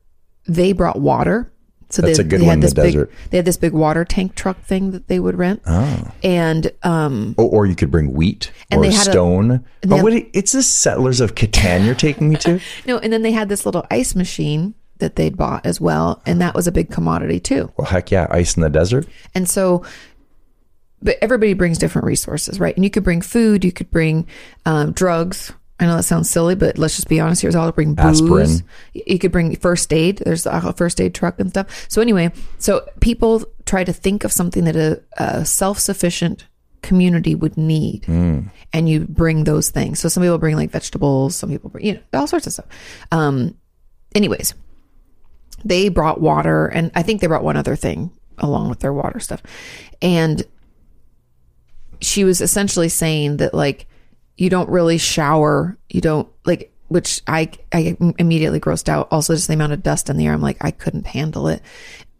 S1: they brought water So
S2: That's
S1: they,
S2: a good
S1: they
S2: one in
S1: had
S2: the
S1: this big,
S2: desert.
S1: They had this big water tank truck thing that they would rent. Oh. And um,
S2: Oh, or you could bring wheat
S1: And
S2: or
S1: they had a-
S2: stone.
S1: they
S2: oh,
S1: had-
S2: what, it's the settlers of Catan you're taking me to.
S1: no, and then they had this little ice machine that they'd bought as well, and that was a big commodity too.
S2: Well, heck yeah, ice in the desert.
S1: And so, but everybody brings different resources, right? And you could bring food, you could bring um, drugs. I know that sounds silly, but let's just be honest here. It's all to bring booze.
S2: Aspirin.
S1: Y- You could bring first aid. There's the alcohol- first aid truck and stuff. So anyway, so people try to think of something that a, a self-sufficient community would need, and you bring those things. So some people bring like vegetables. Some people bring you know all sorts of stuff. Um, anyways, they brought water and I think they brought one other thing along with their water stuff. And she was essentially saying that like you don't really shower, you don't like which I I immediately grossed out. Also just the amount of dust in the air. I'm like I couldn't handle it.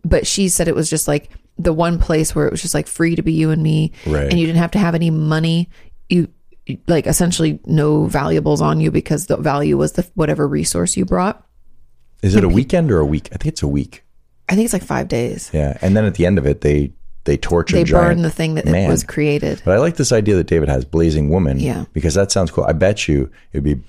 S1: But she said it was just like the one place where it was just like free to be you and me
S2: Right.
S1: and you didn't have to have any money. You you- like essentially no valuables on you because the value was the whatever resource you brought.
S2: Is it a weekend or a week? I think it's a week.
S1: I think it's like 5 days.
S2: Yeah, and then at the end of it, they they torch
S1: they
S2: a giant
S1: burn the thing that it
S2: man.
S1: was created.
S2: But I like this idea that David has, Blazing Woman.
S1: Yeah.
S2: Because that sounds cool. I bet you it'd be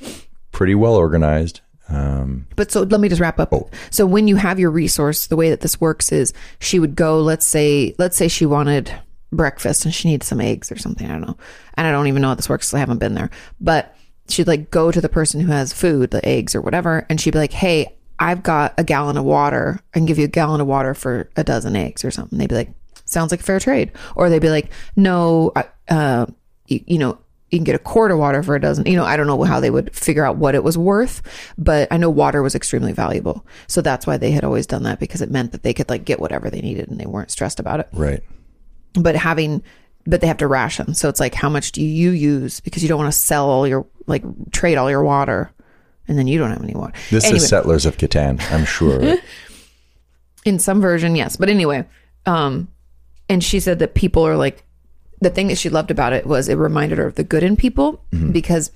S2: pretty well organized. Um,
S1: But so let me just wrap up.
S2: Oh.
S1: So when you have your resource, the way that this works is she would go, let's say, let's say she wanted breakfast and she needs some eggs or something. I don't know. And I don't even know how this works. 'cause I haven't been there, but she'd like go to the person who has food, the eggs or whatever. And she'd be like, Hey, I've got a gallon of water. I can give you a gallon of water for a dozen eggs or something. They'd be like, sounds like fair trade. Or they'd be like, no, I- uh, you, you know, you can get a quart of water for a dozen. You know, I don't know how they would figure out what it was worth, but I know water was extremely valuable. So that's why they had always done that because it meant that they could like get whatever they needed and they weren't stressed about it.
S2: right.
S1: But having, but they have to ration. So it's like, how much do you use? Because you don't want to sell all your, like trade all your water and then you don't have any water.
S2: This
S1: Anyway.
S2: is Settlers of Catan, I'm sure.
S1: in some version yes but anyway um and she said that people are like the thing that she loved about it was it reminded her of the good in people
S2: Mm-hmm.
S1: because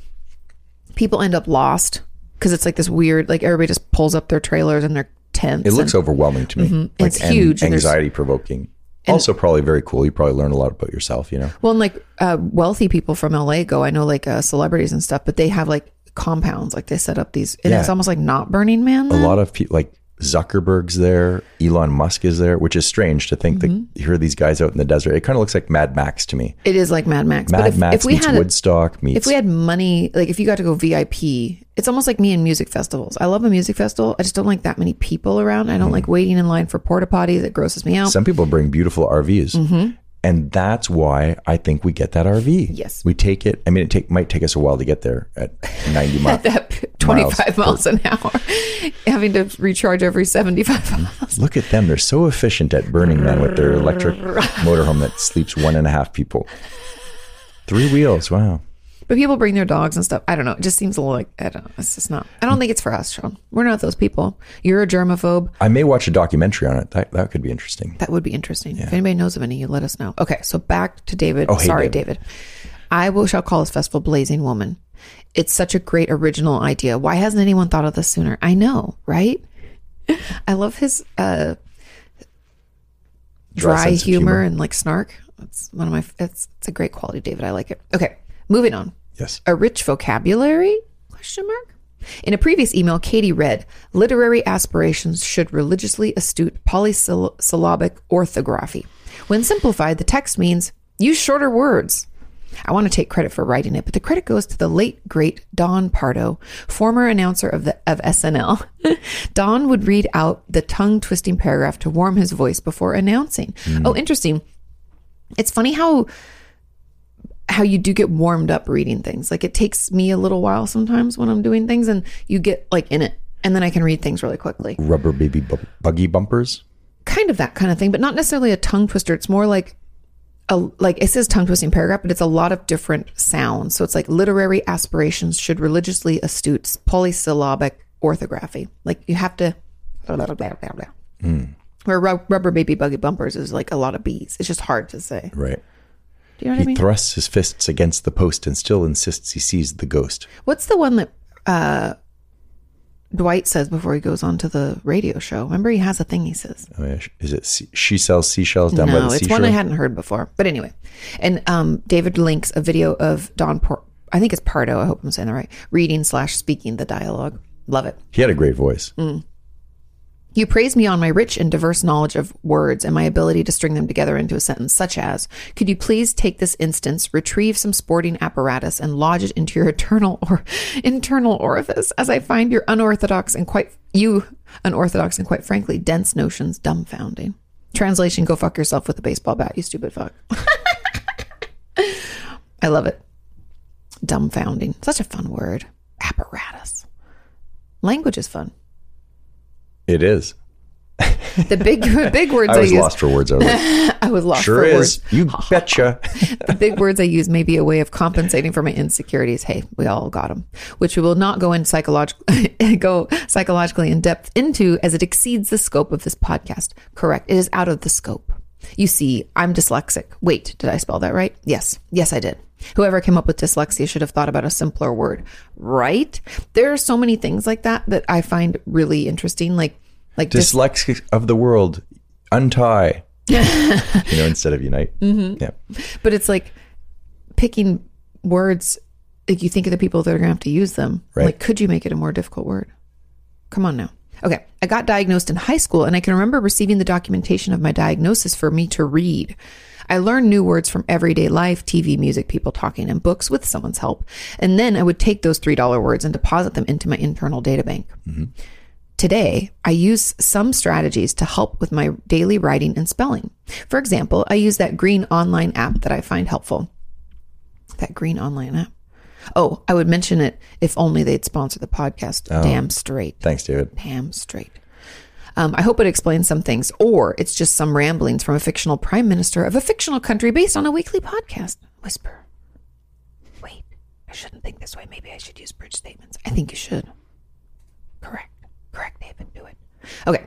S1: people end up lost because it's like this weird like everybody just pulls up their trailers and their tents
S2: It looks overwhelming to me. Like,
S1: mm-hmm. It's huge, and there's-
S2: Anxiety provoking. Also, probably very cool. You probably learn a lot about yourself, you know?
S1: Well, and like uh, wealthy people from LA go. I know like uh, celebrities and stuff, but they have like compounds. Like they set up these, and
S2: Yeah.
S1: it's almost like not Burning Man.
S2: A
S1: then.
S2: lot of people, like Zuckerberg's there, Elon Musk is there, which is strange to think
S1: Mm-hmm.
S2: that here are these guys out in the desert. It kind of looks like Mad Max to me.
S1: It is like Mad Max.
S2: Mad
S1: but if,
S2: Max
S1: if we
S2: meets
S1: had
S2: Woodstock meets.
S1: if we had money, like if you got to go VIP, it's almost like me in music festivals. I love a music festival. I just don't like that many people around. I don't like waiting in line for porta potties. It grosses me out.
S2: Some people bring beautiful RVs.
S1: Mm-hmm.
S2: And that's why I think we get that RV.
S1: Yes.
S2: We take it. I mean, it take, might take us a while to get there at 90 miles.
S1: that p- 25 miles, an hour, having to recharge every 75 miles.
S2: Look at them. They're so efficient at Burning Man with their electric motorhome that sleeps one and a half people. Three wheels. Wow.
S1: But people bring their dogs and stuff. I don't know. It just seems a little like, I don't know. It's just not, I don't think it's for us, Sean. We're not those people. You're a germaphobe.
S2: I may watch a documentary on it. That, that could be interesting.
S1: That would be interesting. If anybody knows of any, you let us know. Okay, so back to David.
S2: Oh, hey,
S1: Sorry, David. I will shall call this festival Blazing Woman. It's such a great original idea. Why hasn't anyone thought of this sooner? I know, right? I love his uh,
S2: Dry
S1: dry
S2: sense of
S1: humor,
S2: humor.
S1: and like snark. It's one of my. It's it's a great quality, David. I like it. Okay, moving on.
S2: Yes.
S1: A rich vocabulary? Question mark. In a previous email, Katie read, "Literary aspirations should religiously astute polysyllabic orthography. When simplified, the text means use shorter words." I want to take credit for writing it, but the credit goes to the late great Don Pardo, former announcer of the of SNL. Don would read out the tongue twisting paragraph to warm his voice before announcing. Oh, interesting. It's funny how how you do get warmed up reading things. Like it takes me a little while sometimes when I'm doing things and you get like in it and then I can read things really quickly.
S2: Rubber baby bu- buggy bumpers.
S1: Kind of that kind of thing, but not necessarily a tongue twister. It's more like a like it says tongue twisting paragraph, but it's a lot of different sounds. So it's like literary aspirations should religiously astute polysyllabic orthography. Like you have to blah, blah, blah, blah, blah, blah. Where ru- rubber baby buggy bumpers is like a lot of bees. It's just hard to say.
S2: Right.
S1: Do you know what I
S2: He
S1: mean?
S2: thrusts his fists against the post and still insists he sees the ghost.
S1: What's the one that uh, Dwight says before he goes on to the radio show. Remember, he has a thing he says.
S2: Oh, yeah. Is it se- she sells seashells down by the
S1: no, it's
S2: seashore?
S1: one I hadn't heard before. But anyway, and um, David links a video of Don. Por- I think it's Pardo. I hope I'm saying that right. Reading slash speaking the dialogue. Love it.
S2: he had a great voice.
S1: Mm. You praise me on my rich and diverse knowledge of words and my ability to string them together into a sentence, such as, Could you please take this instance, retrieve some sporting apparatus, and lodge it into your eternal or internal orifice, as I find your unorthodox and quite you unorthodox and quite frankly dense notions dumbfounding. Translation, go fuck yourself with a baseball bat, you stupid fuck. I love it. Dumbfounding. Such a fun word. Apparatus. Language is fun.
S2: It is.
S1: The big big words I,
S2: I was
S1: use.
S2: lost for words. I was like,
S1: I was lost
S2: sure
S1: for words.
S2: is. You betcha.
S1: the big words I use may be a way of compensating for my insecurities. Hey, we all got them, which we will not go in psychological go psychologically in depth into as it exceeds the scope of this podcast. Correct. It is out of the scope. You see, I'm dyslexic. Wait, did I spell that right? Yes. Yes, I did. Whoever came up with dyslexia should have thought about a simpler word, right? There are so many things like that that I find really interesting. Like, like dys-
S2: Dyslexic of the world, untie. you know, instead of unite.
S1: Mm-hmm.
S2: Yeah.
S1: but it's like picking words like you think of the people that are gonna have to use them
S2: Right.
S1: like could you make it a more difficult word come on now okay i got diagnosed in high school and i can remember receiving the documentation of my diagnosis for me to read i learned new words from everyday life tv music people talking and books with someone's help and then i would take those three dollar words and deposit them into my internal data bank Today, I use some strategies to help with my daily writing and spelling. For example, I use that green online app that I find helpful. That green online app. Oh, I would mention it if only they'd sponsor the podcast. Damn straight.
S2: Thanks, David.
S1: Damn straight. Um, I hope it explains some things, or it's just some ramblings from a fictional prime minister of a fictional country based on a weekly podcast. Whisper. Wait, I shouldn't think this way. Maybe I should use bridge statements. I think you should. Correct. Correct, David. Do it. Okay.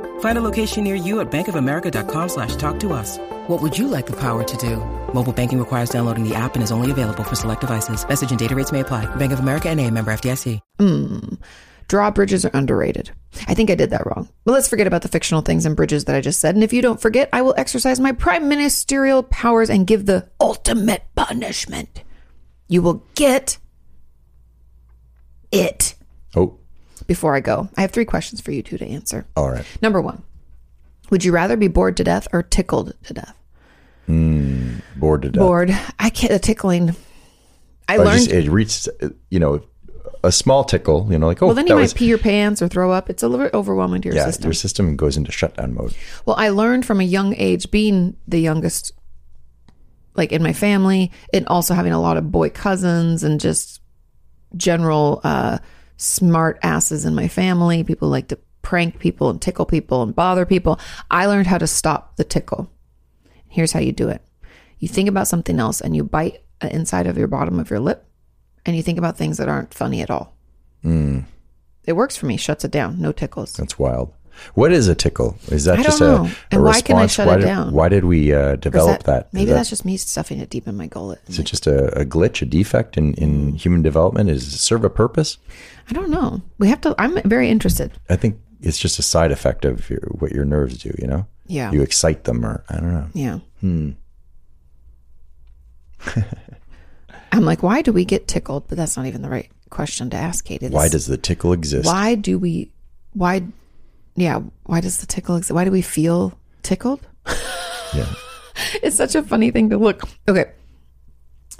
S3: Find a location near you at bankofamerica.com slash talk to us. What would you like the power to do? Mobile banking requires downloading the app and is only available for select devices. Message and data rates may apply. Bank of America and a member FDIC.
S1: Drawbridges are underrated. I think I did that wrong. But let's forget about the fictional things and bridges that I just said. And if you don't forget, I will exercise my prime ministerial powers and give the ultimate punishment. You will get it
S2: Oh,
S1: before I go. I have three questions for you two to answer.
S2: all right.
S1: Number one Would you rather be bored to death or tickled to death?
S2: Bored to death.
S1: Bored. I can't, the tickling. I
S2: But it
S1: learned.
S2: just- it reached, uh, you know, a small tickle. You know, like oh,
S1: well, then
S2: that
S1: you might
S2: was
S1: pee your pants or throw up. It's a little bit overwhelming to your
S2: yeah.
S1: system.
S2: Your system goes into shutdown mode.
S1: Well, I learned from a young age, being the youngest, like in my family, and also having a lot of boy cousins and just general uh, smart asses in my family. People like to prank people and tickle people and bother people. I learned how to stop the tickle. Here's how you do it you think about something else and you bite uh, inside of your bottom of your lip and you think about things that aren't funny at all. It works for me, shuts it down, no tickles.
S2: That's wild. What is a tickle? Is that
S1: I
S2: just
S1: don't know.
S2: a, a
S1: And why
S2: response?
S1: can I shut
S2: why
S1: it
S2: did,
S1: down?
S2: Why did we uh,
S1: Or is
S2: develop that? Is
S1: Maybe
S2: that-
S1: that's just me stuffing it deep in my gullet.
S2: Is it just a, a glitch, a defect in, in human development? Is it serve a purpose?
S1: I don't know. We have to. I'm very interested.
S2: I think it's just a side effect of your, what your nerves do. You know,
S1: Yeah.
S2: you excite them, or I don't know.
S1: yeah. Hmm. I'm like, why do we get tickled? But that's not even the right question to ask, Katie. This-
S2: Why does the tickle exist?
S1: why do we why yeah why does the tickle exist? Why do we feel tickled?
S2: Yeah.
S1: it's such a funny thing to look. Okay.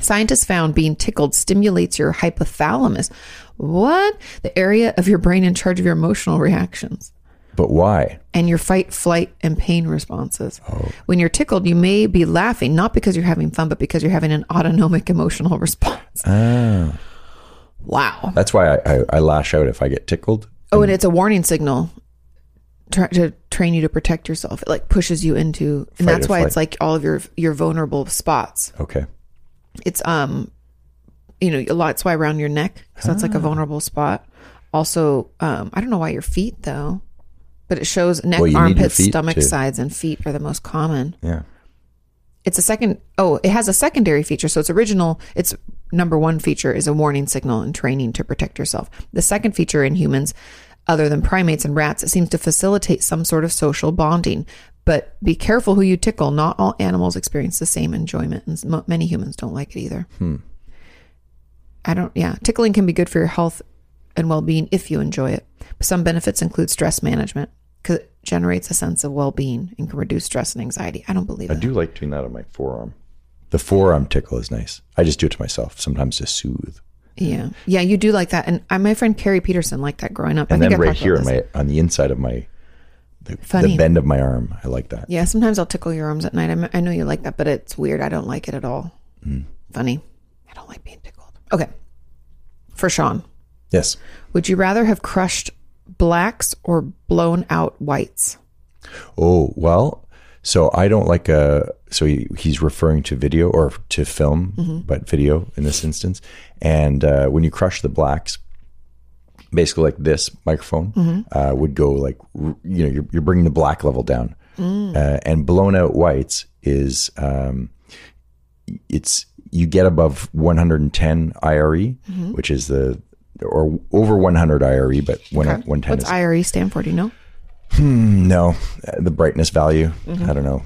S1: Scientists found being tickled stimulates your hypothalamus. What? The area of your brain in charge of your emotional reactions
S2: But why?
S1: and your fight, flight, and pain responses. When you're tickled, you may be laughing, not because you're having fun, but because you're having an autonomic emotional response. Wow.
S2: That's why I, I, I lash out if I get tickled.
S1: Oh, and it's a warning signal try, to train you to protect yourself. It like pushes you into, and
S2: Fight
S1: that's
S2: or
S1: why it's
S2: flight.
S1: like all of your your vulnerable spots.
S2: Okay.
S1: It's um, you know, a lot. That's why around your neck, because that's
S2: Ah.
S1: like a vulnerable spot. Also, um, I don't know why your feet though, but it shows neck,
S2: Well, you need your
S1: armpits,
S2: feet
S1: stomach,
S2: to-
S1: sides, and feet are the most common.
S2: Yeah.
S1: It's a second. Oh, it has a secondary feature. So its original, its number one feature is a warning signal and training to protect yourself. The second feature in humans, other than primates and rats, it seems to facilitate some sort of social bonding. But be careful who you tickle. Not all animals experience the same enjoyment, and mo- many humans don't like it either. I don't. Yeah, tickling can be good for your health and well-being if you enjoy it. Some benefits include stress management because it generates a sense of well-being and can reduce stress and anxiety. I don't believe
S2: I
S1: that.
S2: do like doing that on my forearm. The forearm tickle is nice. I just do it to myself sometimes to soothe.
S1: Yeah, yeah, you do like that, and I, my friend Carrie Peterson liked that growing up.
S2: And
S1: I
S2: then
S1: think I
S2: right
S1: talked about
S2: here on
S1: this.
S2: my on the inside of my the,
S1: Funny.
S2: the bend of my arm, I like that.
S1: yeah, sometimes I'll tickle your arms at night. I'm, I know you like that, but it's weird. I don't like it at all.
S2: Hmm.
S1: Funny, I don't like being tickled. Okay, for Sean,
S2: Yes.
S1: would you rather have crushed blacks or blown out whites?
S2: Oh well. So I don't like a. So he, he's referring to video or to film, but video in this instance. And uh, when you crush the blacks, basically like this microphone uh, would go like r- you know you're, you're bringing the black level down, uh, and blown out whites is um, it's you get above 110 IRE, E, which is the or over 100 IRE, E, but when, 110
S1: What's
S2: is
S1: IRE E stand for? Do you know?
S2: no uh, the brightness value. I don't know.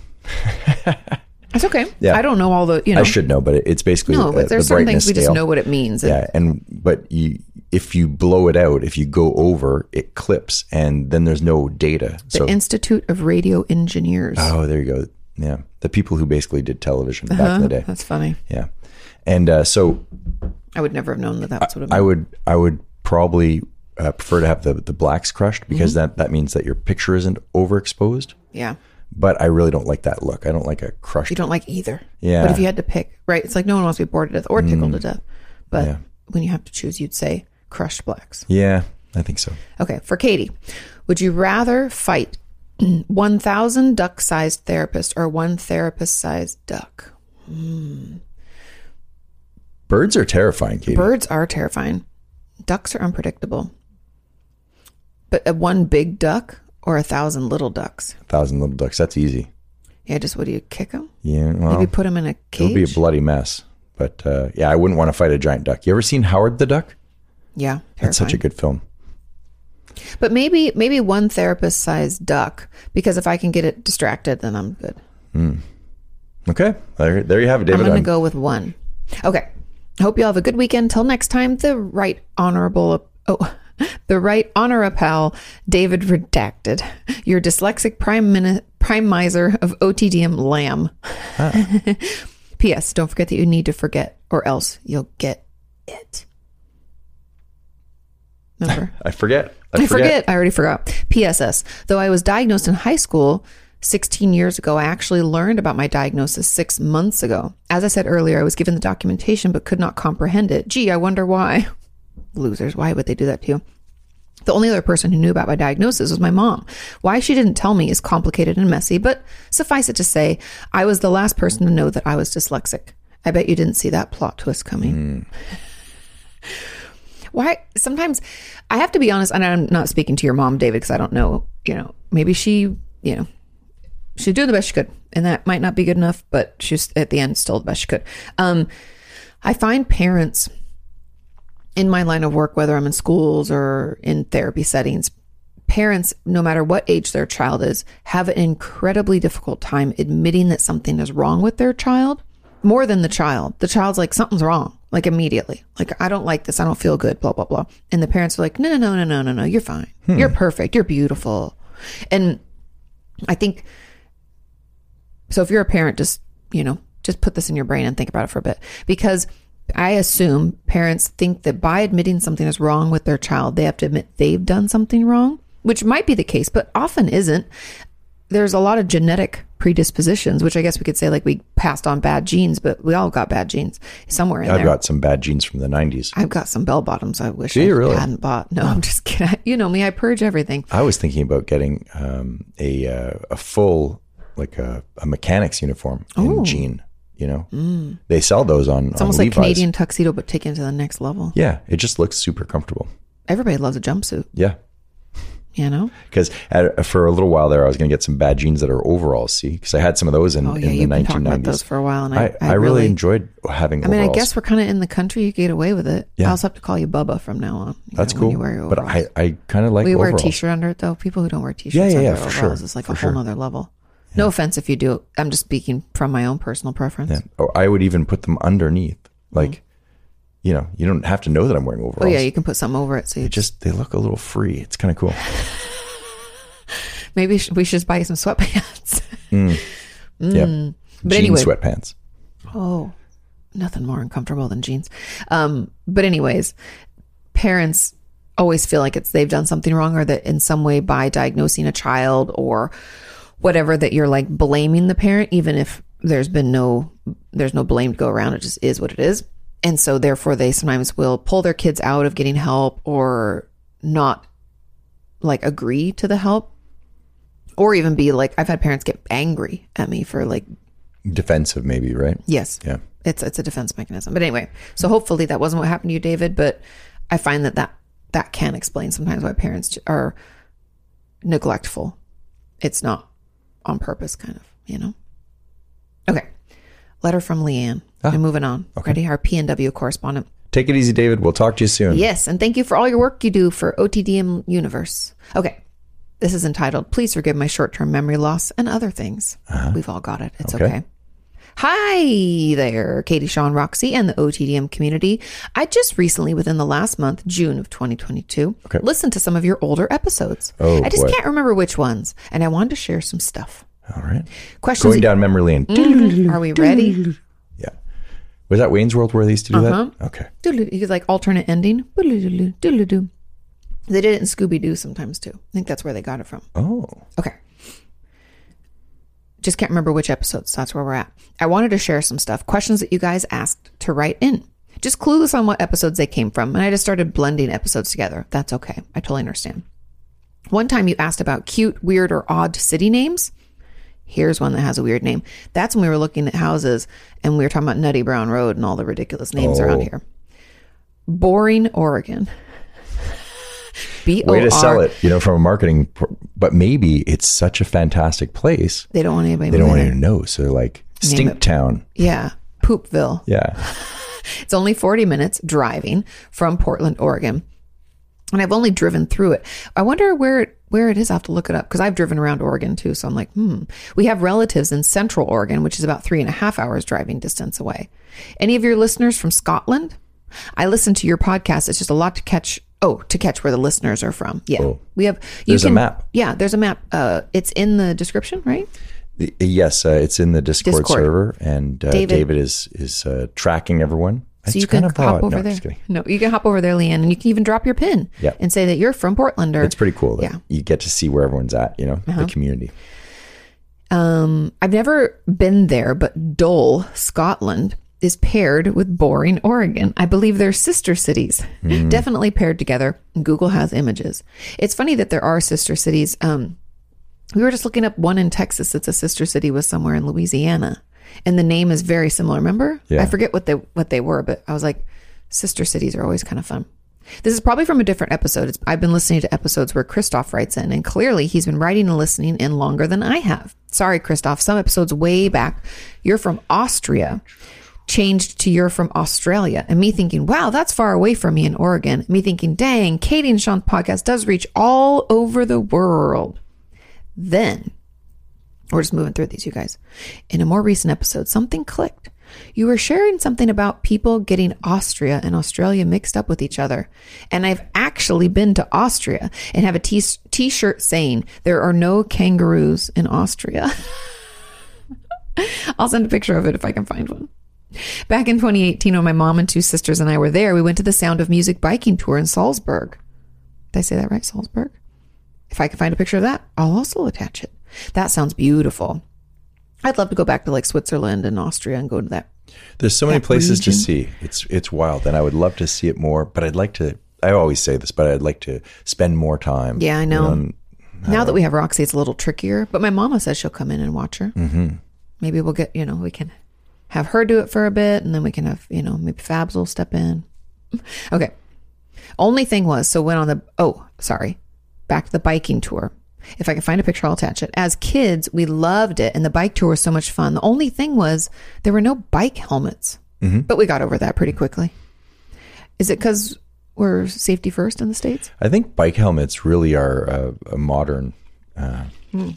S1: That's okay.
S2: Yeah.
S1: I don't know all the you know.
S2: I should know, but it, it's basically
S1: no,
S2: uh,
S1: but there's
S2: the
S1: some things
S2: brightness
S1: we just
S2: scale.
S1: know what it means. and-
S2: Yeah, and but you if you blow it out, if you go over, it clips, and then there's no data.
S1: The
S2: So
S1: Institute of Radio Engineers.
S2: oh, there you go. Yeah, the people who basically did television back in the day.
S1: That's funny.
S2: Yeah, and uh, so
S1: I would never have known that. That's what it meant.
S2: I would I would probably uh, prefer to have the the blacks crushed because
S1: Mm-hmm.
S2: that that means that your picture isn't overexposed.
S1: yeah.
S2: But I really don't like that look. I don't like a crushed.
S1: you don't like either.
S2: Yeah. Mm.
S1: But if you had to pick, right? It's like no one wants to be bored to death or tickled to death. But when you have to choose, you'd say crushed blacks.
S2: yeah, I think so.
S1: Okay, for Katie, would you rather fight 1,000 duck sized therapists or one therapist sized duck?
S2: Birds are terrifying, Katie.
S1: Birds are terrifying, ducks are unpredictable. But a one big duck or a thousand little ducks?
S2: thousand little ducks. That's easy.
S1: Yeah, just what do you kick them?
S2: Yeah, well,
S1: Maybe put them in a
S2: It would be a
S1: cage?
S2: bloody mess. But uh, yeah, I wouldn't want to fight a giant duck. You ever seen Howard the Duck?
S1: yeah, terrifying.
S2: That's such a good film.
S1: But maybe maybe one therapist sized duck because if I can get it distracted, then I'm good.
S2: Okay, there, there you have it,
S1: I'm
S2: David.
S1: going to
S2: I'm-
S1: go with one. Okay. Hope you all have a good weekend. Till next time, the right honorable oh, the right honor pal David Redacted, your dyslexic prime mini, prime miser of OTDM Lamb. P.S. Don't forget that you need to forget, or else you'll get it. Remember.
S2: I forget.
S1: I forget. I already forgot. PSS. Though I was diagnosed in high school 16 years ago, I actually learned about my diagnosis six months ago. As I said earlier, I was given the documentation but could not comprehend it. Gee, I wonder why. Losers. Why would they do that to you? The only other person who knew about my diagnosis was my mom. Why she didn't tell me is complicated and messy, but suffice it to say, I was the last person to know that I was dyslexic. I bet you didn't see that plot twist coming why sometimes i have to be honest and i'm not speaking to your mom david because i don't know you know maybe she you know she's doing the best she could and that might not be good enough but she's at the end still the best she could um i find parents in my line of work whether i'm in schools or in therapy settings parents no matter what age their child is have an incredibly difficult time admitting that something is wrong with their child more than the child the child's like something's wrong like immediately like i don't like this i don't feel good blah blah blah and the parents are like no no no no no no no you're fine you're perfect you're beautiful and i think so if you're a parent just you know just put this in your brain and think about it for a bit because I assume parents think that by admitting something is wrong with their child, they have to admit they've done something wrong, which might be the case, but often isn't. There's a lot of genetic predispositions, which I guess we could say like we passed on bad genes, but we all got bad genes somewhere in
S2: I've
S1: there.
S2: got some bad genes from the 90s.
S1: I've got some bell bottoms I wish
S2: Do
S1: I
S2: you really?
S1: hadn't bought. No, I'm just kidding. You know me, I purge everything.
S2: I was thinking about getting um, a uh, a full like a, a mechanic's uniform in jean. You know, they sell those on.
S1: Mm. It's almost
S2: on
S1: like
S2: Levi's.
S1: Canadian tuxedo, but taken to the next level.
S2: Yeah, it just looks super comfortable.
S1: Everybody loves a jumpsuit,
S2: Yeah,
S1: you know?
S2: because for a little while there, I was going to get some bad jeans that are overalls. See, because I had some of those in,
S1: Oh, yeah,
S2: in the
S1: you've been
S2: 1990s.
S1: talking about those for a while, and I-
S2: I,
S1: I
S2: really,
S1: really-
S2: enjoyed having.
S1: I mean, I
S2: overalls.
S1: guess we're kind of in the country. You get away with it.
S2: Yeah.
S1: I also have to call you Bubba from now on. you
S2: that's
S1: know,
S2: cool.
S1: When you wear your
S2: but
S1: overalls.
S2: I, I kind of like
S1: we wear a
S2: overalls.
S1: t-shirt under it though. People who don't wear t-shirts
S2: yeah,
S1: under
S2: yeah,
S1: overalls,
S2: for sure,
S1: it's like a
S2: for
S1: whole
S2: sure.
S1: nother level. No offense if you do. I'm just speaking from my own personal preference.
S2: Yeah. Or I would even put them underneath. Like, you know, you don't have to know that I'm wearing overalls.
S1: Mm-hmm. Oh yeah, you can put something over it. So you
S2: It just they look a little free. It's kind of cool.
S1: maybe sh- we should just buy you some sweatpants.
S2: Yeah.
S1: Mm. But
S2: Jean
S1: anyway.
S2: sweatpants.
S1: Oh, nothing more uncomfortable than jeans. Um, but anyways, parents always feel like it's they've done something wrong or that in some way by diagnosing a child or whatever that you're like blaming the parent even if there's been no there's no blame to go around it just is what it is. And so therefore they sometimes will pull their kids out of getting help or not like agree to the help or even be like I've had parents get angry at me for like
S2: Defensive, maybe, right?
S1: yes
S2: Yeah.
S1: it's it's a defense mechanism. But anyway, so hopefully that wasn't what happened to you, David. But I find that that that can explain sometimes why parents j- are neglectful. It's not on purpose, kind of, you know. Okay, letter from Leanne. I'm moving on. Ready? Our P and W correspondent.
S2: Take it easy, David. We'll talk to you soon.
S1: Yes, and thank you for all your work you do for OTDM Universe. Okay. This is entitled Please Forgive My Short Term Memory Loss and Other Things. We've all got it. It's okay.
S2: Uh-huh. Okay.
S1: Hi there, Katie Sean Roxy and the OTDM community. I just recently, within the last month, June of 2022,
S2: Okay.
S1: listened to some of your older episodes.
S2: Oh,
S1: I just
S2: boy.
S1: can't remember which ones, and I wanted to share some stuff.
S2: All right.
S1: Questions?
S2: Going down memory lane.
S1: Mm. Are we ready?
S2: Yeah. Was that Wayne's World where they used to do
S1: Uh-huh.
S2: that? Okay.
S1: Doodly- He was like alternate ending. Doodly-doo-doo, doodly-doo. They did it in Scooby Doo sometimes too. I think that's where they got it from.
S2: Oh.
S1: Okay. Just can't remember which episodes. That's where we're at. I wanted to share some stuff, questions that you guys asked to write in. Just clueless on what episodes they came from, and I just started blending episodes together. That's okay. I totally understand. One time you asked about cute, weird, or odd city names. Here's one that has a weird name. That's when we were looking at houses and we were talking about Nutty Brown Road and all the ridiculous names around
S2: Oh.
S1: here. Boring, Oregon. B O
S2: Way to sell
S1: R.
S2: it, you know, from a marketing, pr- but maybe it's such a fantastic place.
S1: They don't want anybody.
S2: They don't want
S1: moving
S2: anyone to know. So they're like,
S1: Name
S2: Stink
S1: it.
S2: Town.
S1: there. Yeah, Poopville.
S2: Yeah.
S1: It's only 40 minutes driving from Portland, Oregon. And I've only driven through it. I wonder where it, where it is. I have to look it up because I've driven around Oregon too. So I'm like, hmm. We have relatives in Central Oregon, which is about three and a half hours driving distance away. Any of your listeners from Scotland? I listen to your podcast. It's just a lot to catch. Oh, to catch where the listeners are from. Yeah,
S2: Cool.
S1: we have. You
S2: Oh. There's a map.
S1: Yeah, there's a map. Uh, it's in the description, right?
S2: Y- Yes, uh, it's in the Discord,
S1: Discord.
S2: server, and uh,
S1: David.
S2: David. is is uh, tracking everyone.
S1: So
S2: It's
S1: you can
S2: kind of
S1: hop
S2: odd.
S1: over
S2: no,
S1: there.
S2: Just kidding.
S1: No, you can hop over there, Leanne, and you can even drop your pin
S2: Yeah.
S1: and say that you're from Portland. Or
S2: It's pretty cool. That
S1: Yeah. Uh-huh.
S2: you get to see where everyone's at. You know, the community.
S1: Um, I've never been there, but Dole, Scotland, is paired with Boring, Oregon. I believe they're sister cities,
S2: Hmm.
S1: definitely paired together. Google has images. It's funny that there are sister cities. Um, we were just looking up one in Texas that's a sister city was somewhere in Louisiana, and the name is very similar. Remember?
S2: Yeah.
S1: I forget what they what they were, but I was like, sister cities are always kind of fun. This is probably from a different episode. It's, I've been listening to episodes where Christoph writes in, and clearly he's been writing and listening in longer than I have. Sorry, Christoph. Some episodes way back. You're from Austria, changed to you're from Australia. And me thinking, wow, that's far away from me in Oregon. Me thinking, dang, Katie and Sean's podcast does reach all over the world. Then, we're just moving through these, you guys. In a more recent episode, something clicked. You were sharing something about people getting Austria and Australia mixed up with each other. And I've actually been to Austria and have a t shirt saying, There are no kangaroos in Austria. I'll send a picture of it if I can find one. Back in 2018, when my mom and two sisters and I were there, we went to the Sound of Music biking tour in Salzburg. Did I say that right? Salzburg? If I can find a picture of that, I'll also attach it. That sounds beautiful. I'd love to go back to like Switzerland and Austria and go to that.
S2: There's so many places to see. It's it's wild, and I would love to see it more. But I'd like to. I always say this, but I'd like to spend more time.
S1: Yeah, I know.
S2: you and
S1: now that we have Roxy, it's a little trickier, but my mama says she'll come in and watch her. Mm-hmm. Maybe we'll get, you know, we can have her do it for a bit and then we can have, you know, maybe Fabs will step in. Okay. Only thing was, so when on the, oh, sorry, back to the biking tour. If I can find a picture, I'll attach it. As kids, we loved it and the bike tour was so much fun. The only thing was there were no bike helmets, but we got over that pretty quickly. Is it because we're safety first in the States?
S2: I think bike helmets really are a, a modern
S1: Hmm.
S2: uh,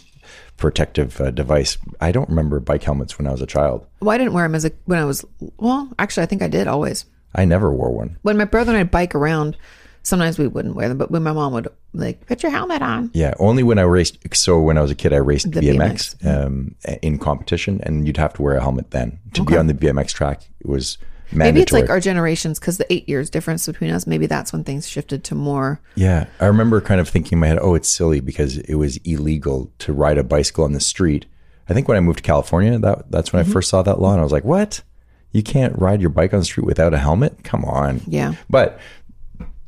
S2: protective uh, device. I don't remember bike helmets when I was a child.
S1: Well, I didn't wear them as a when I was well. Actually, I think I did always.
S2: I never wore one.
S1: When my brother and I bike around, sometimes we wouldn't wear them, but when my mom would like put your helmet on,
S2: Yeah, only when I raced. So when I was a kid, I raced
S1: The
S2: BMX, Um, in competition, and you'd have to wear a helmet then to be on the BMX track. It was mandatory.
S1: maybe it's like our generations because the eight years difference between us. Maybe that's when things shifted to more.
S2: Yeah, I remember kind of thinking in my head, oh, it's silly because it was illegal to ride a bicycle on the street. I think when I moved to California, that that's
S1: Mm-hmm.
S2: when I first saw that law, and I was like, what? You can't ride your bike on the street without a helmet? Come on.
S1: Yeah,
S2: But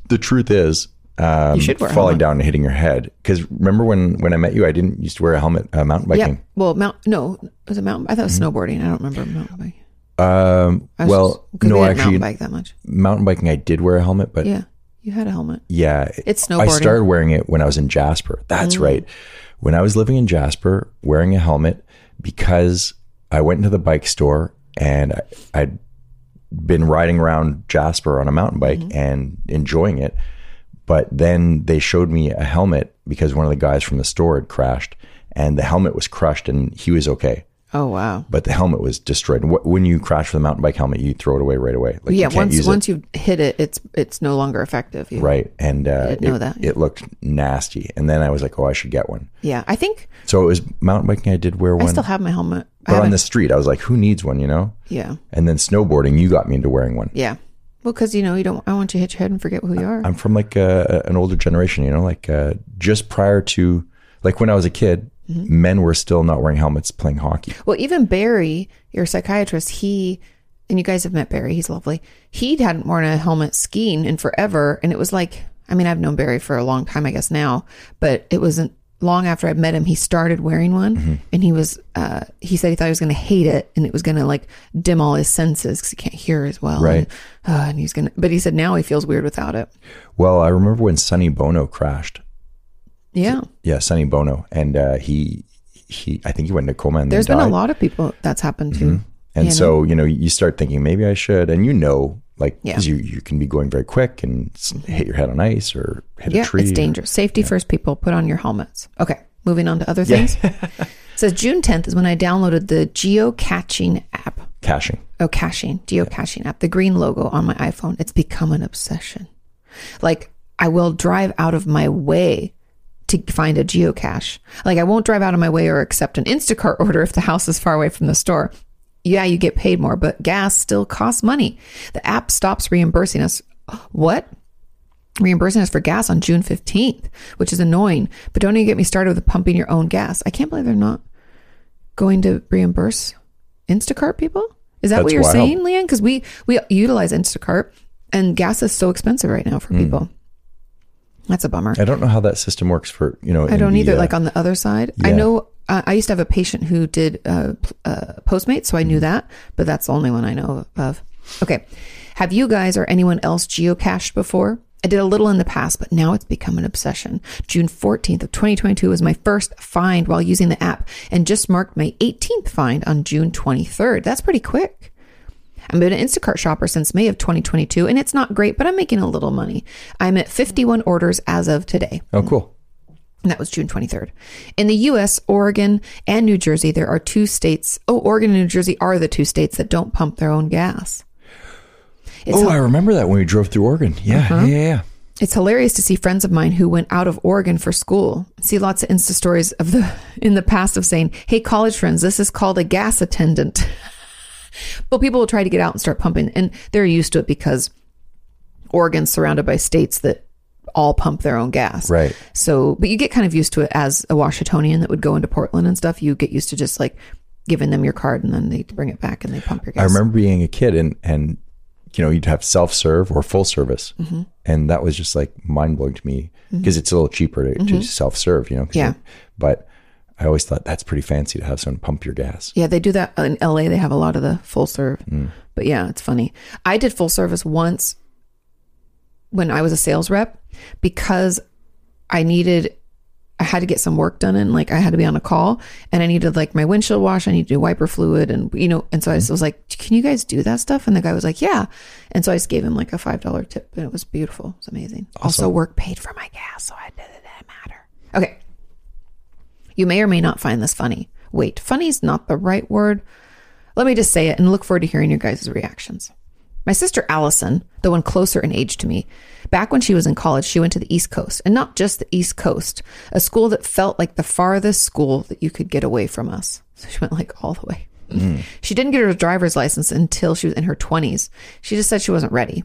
S2: the truth is, um,
S1: should wear a
S2: falling
S1: helmet.
S2: down and hitting your head. Because remember when when I met you, I didn't used to wear a helmet uh, mountain
S1: yeah.
S2: biking. Mm-hmm.
S1: Well, mount no, it was a mountain. I thought it was snowboarding. I don't remember mountain biking.
S2: Um,
S1: I was
S2: well,
S1: just- 'cause we
S2: no,
S1: didn't
S2: actually,
S1: mountain bike that much.
S2: mountain biking, I did wear a helmet, but
S1: Yeah, you had a helmet.
S2: Yeah. it-
S1: It's
S2: I
S1: snowboarding. Mm.
S2: started wearing it when I was in Jasper. That's right. When I was living in Jasper, wearing a helmet because I went into the bike store and I, I'd been riding around Jasper on a mountain bike
S1: Mm-hmm.
S2: and enjoying it. But then they showed me a helmet because one of the guys from the store had crashed and the helmet was crushed and he was okay.
S1: Oh wow.
S2: But the helmet was destroyed. Wh- When you crash with a mountain bike helmet, you throw it away right away. Like you
S1: yeah,
S2: can't
S1: once
S2: use it.
S1: once you hit it, it's it's no longer effective. You-
S2: Right. And uh,
S1: didn't know
S2: it,
S1: that.
S2: it looked nasty. And then I was like, oh, I should get one.
S1: Yeah, I think
S2: So it was mountain biking. I did wear one.
S1: I still have my helmet. I
S2: but on
S1: haven't-
S2: the street, I was like, who needs one, you know?
S1: yeah,
S2: And then snowboarding, you got me into wearing one.
S1: yeah. Well, because you know you don't. I want you to hit your head and forget who you are.
S2: I'm from like uh, an older generation, you know, like uh, just prior to, like when I was a kid,
S1: Mm-hmm.
S2: men were still not wearing helmets playing hockey.
S1: Well, even Barry, your psychiatrist, he and you guys have met Barry. He's lovely. He hadn't worn a helmet skiing in forever, and it was like I mean I've known Barry for a long time, I guess now, but it wasn't long after I met him. He started wearing one,
S2: Mm-hmm.
S1: and he was uh, he said he thought he was going to hate it, and it was going to like dim all his senses because he can't hear as well,
S2: Right.
S1: And, uh, and he's gonna, but he said now he feels weird without it.
S2: Well, I remember when Sonny Bono crashed.
S1: Yeah,
S2: Yeah, Sonny Bono. And uh, he, he, I think he went into coma and
S1: there's been
S2: then
S1: a
S2: died. Mm-hmm.
S1: lot of people that's happened to.
S2: And
S1: you know?
S2: so, you know, you start thinking maybe I should, and you know, like
S1: Yeah.
S2: 'cause you you can be going very quick and s- hit your head on ice or hit
S1: yeah,
S2: a tree.
S1: it's dangerous. Safety first, people. Put on your helmets. Okay, moving on to other things. says June 10th is when I downloaded the geocaching app.
S2: Caching.
S1: Oh, caching, geocaching app. The green logo on my iPhone. It's become an obsession. Like I will drive out of my way to find a geocache. Like I won't drive out of my way or accept an Instacart order if the house is far away from the store. Yeah, you get paid more, but gas still costs money. The app stops reimbursing us. What? reimbursing us for gas on June 15th, which is annoying. But don't even get me started with pumping your own gas. I can't believe they're not going to reimburse Instacart people. Is that what
S2: That's
S1: you're
S2: wild.
S1: saying, Leanne? Because we we utilize Instacart, and gas is so expensive right now
S2: Hmm.
S1: for people. That's a bummer.
S2: I don't know how that system works for you know.
S1: I
S2: in
S1: don't
S2: the,
S1: either.
S2: uh,
S1: like on the other side, I
S2: yeah.
S1: know uh, I used to have a patient who did uh, pl- uh, Postmates, so I knew that, but that's the only one I know of. Okay, have you guys or anyone else geocached before? I did a little in the past, but now it's become an obsession. June 14th of 2022 was my first find while using the app and just marked my 18th find on June 23rd. That's pretty quick. I've been an Instacart shopper since May of 2022, and it's not great, but I'm making a little money. I'm at 51 orders as of today.
S2: oh, cool.
S1: And that was June 23rd. In the US, Oregon and New Jersey, there are two states. Oh, Oregon and New Jersey are the two states that don't pump their own gas. It's Uh-huh.
S2: oh, I remember that when we drove through Oregon. Yeah, yeah, yeah, yeah.
S1: It's hilarious to see friends of mine who went out of Oregon for school. See lots of Insta stories of the in the past of saying, "Hey, college friends, this is called a gas attendant." but people will try to get out and start pumping, and they're used to it because Oregon's surrounded by states that all pump their own gas.
S2: Right.
S1: So, but you get kind of used to it as a Washingtonian that would go into Portland and stuff. You get used to just like giving them your card and then they bring it back and they pump your gas.
S2: I remember being a kid and and you know you'd have self serve or full service,
S1: Mm-hmm.
S2: and that was just like mind blowing to me because it's a little cheaper to, to self serve, you know. 'cause
S1: Mm-hmm. Yeah.
S2: you- but I always thought that's pretty fancy to have someone pump your gas.
S1: Yeah, they do that in LA. They have a lot of the full serve. But yeah, it's funny. I did full service once when I was a sales rep because I needed I had to get some work done and like I had to be on a call and I needed like my windshield wash, I needed to do wiper fluid and you know, and so I just was like, "Can you guys do that stuff?" And the guy was like, "Yeah." And so I just gave him like a $5 tip and it was beautiful. It was amazing. Also work paid for my gas, so I did it didn't matter. Okay. You may or may not find this funny. Wait, funny's not the right word. Let me just say it and look forward to hearing your guys' reactions. My sister Allison, the one closer in age to me, back when she was in college, she went to the East Coast, and not just the East Coast, a school that felt like the farthest school that you could get away from us. So she went like all the way. She didn't get her driver's license until she was in her 20s. She just said she wasn't ready.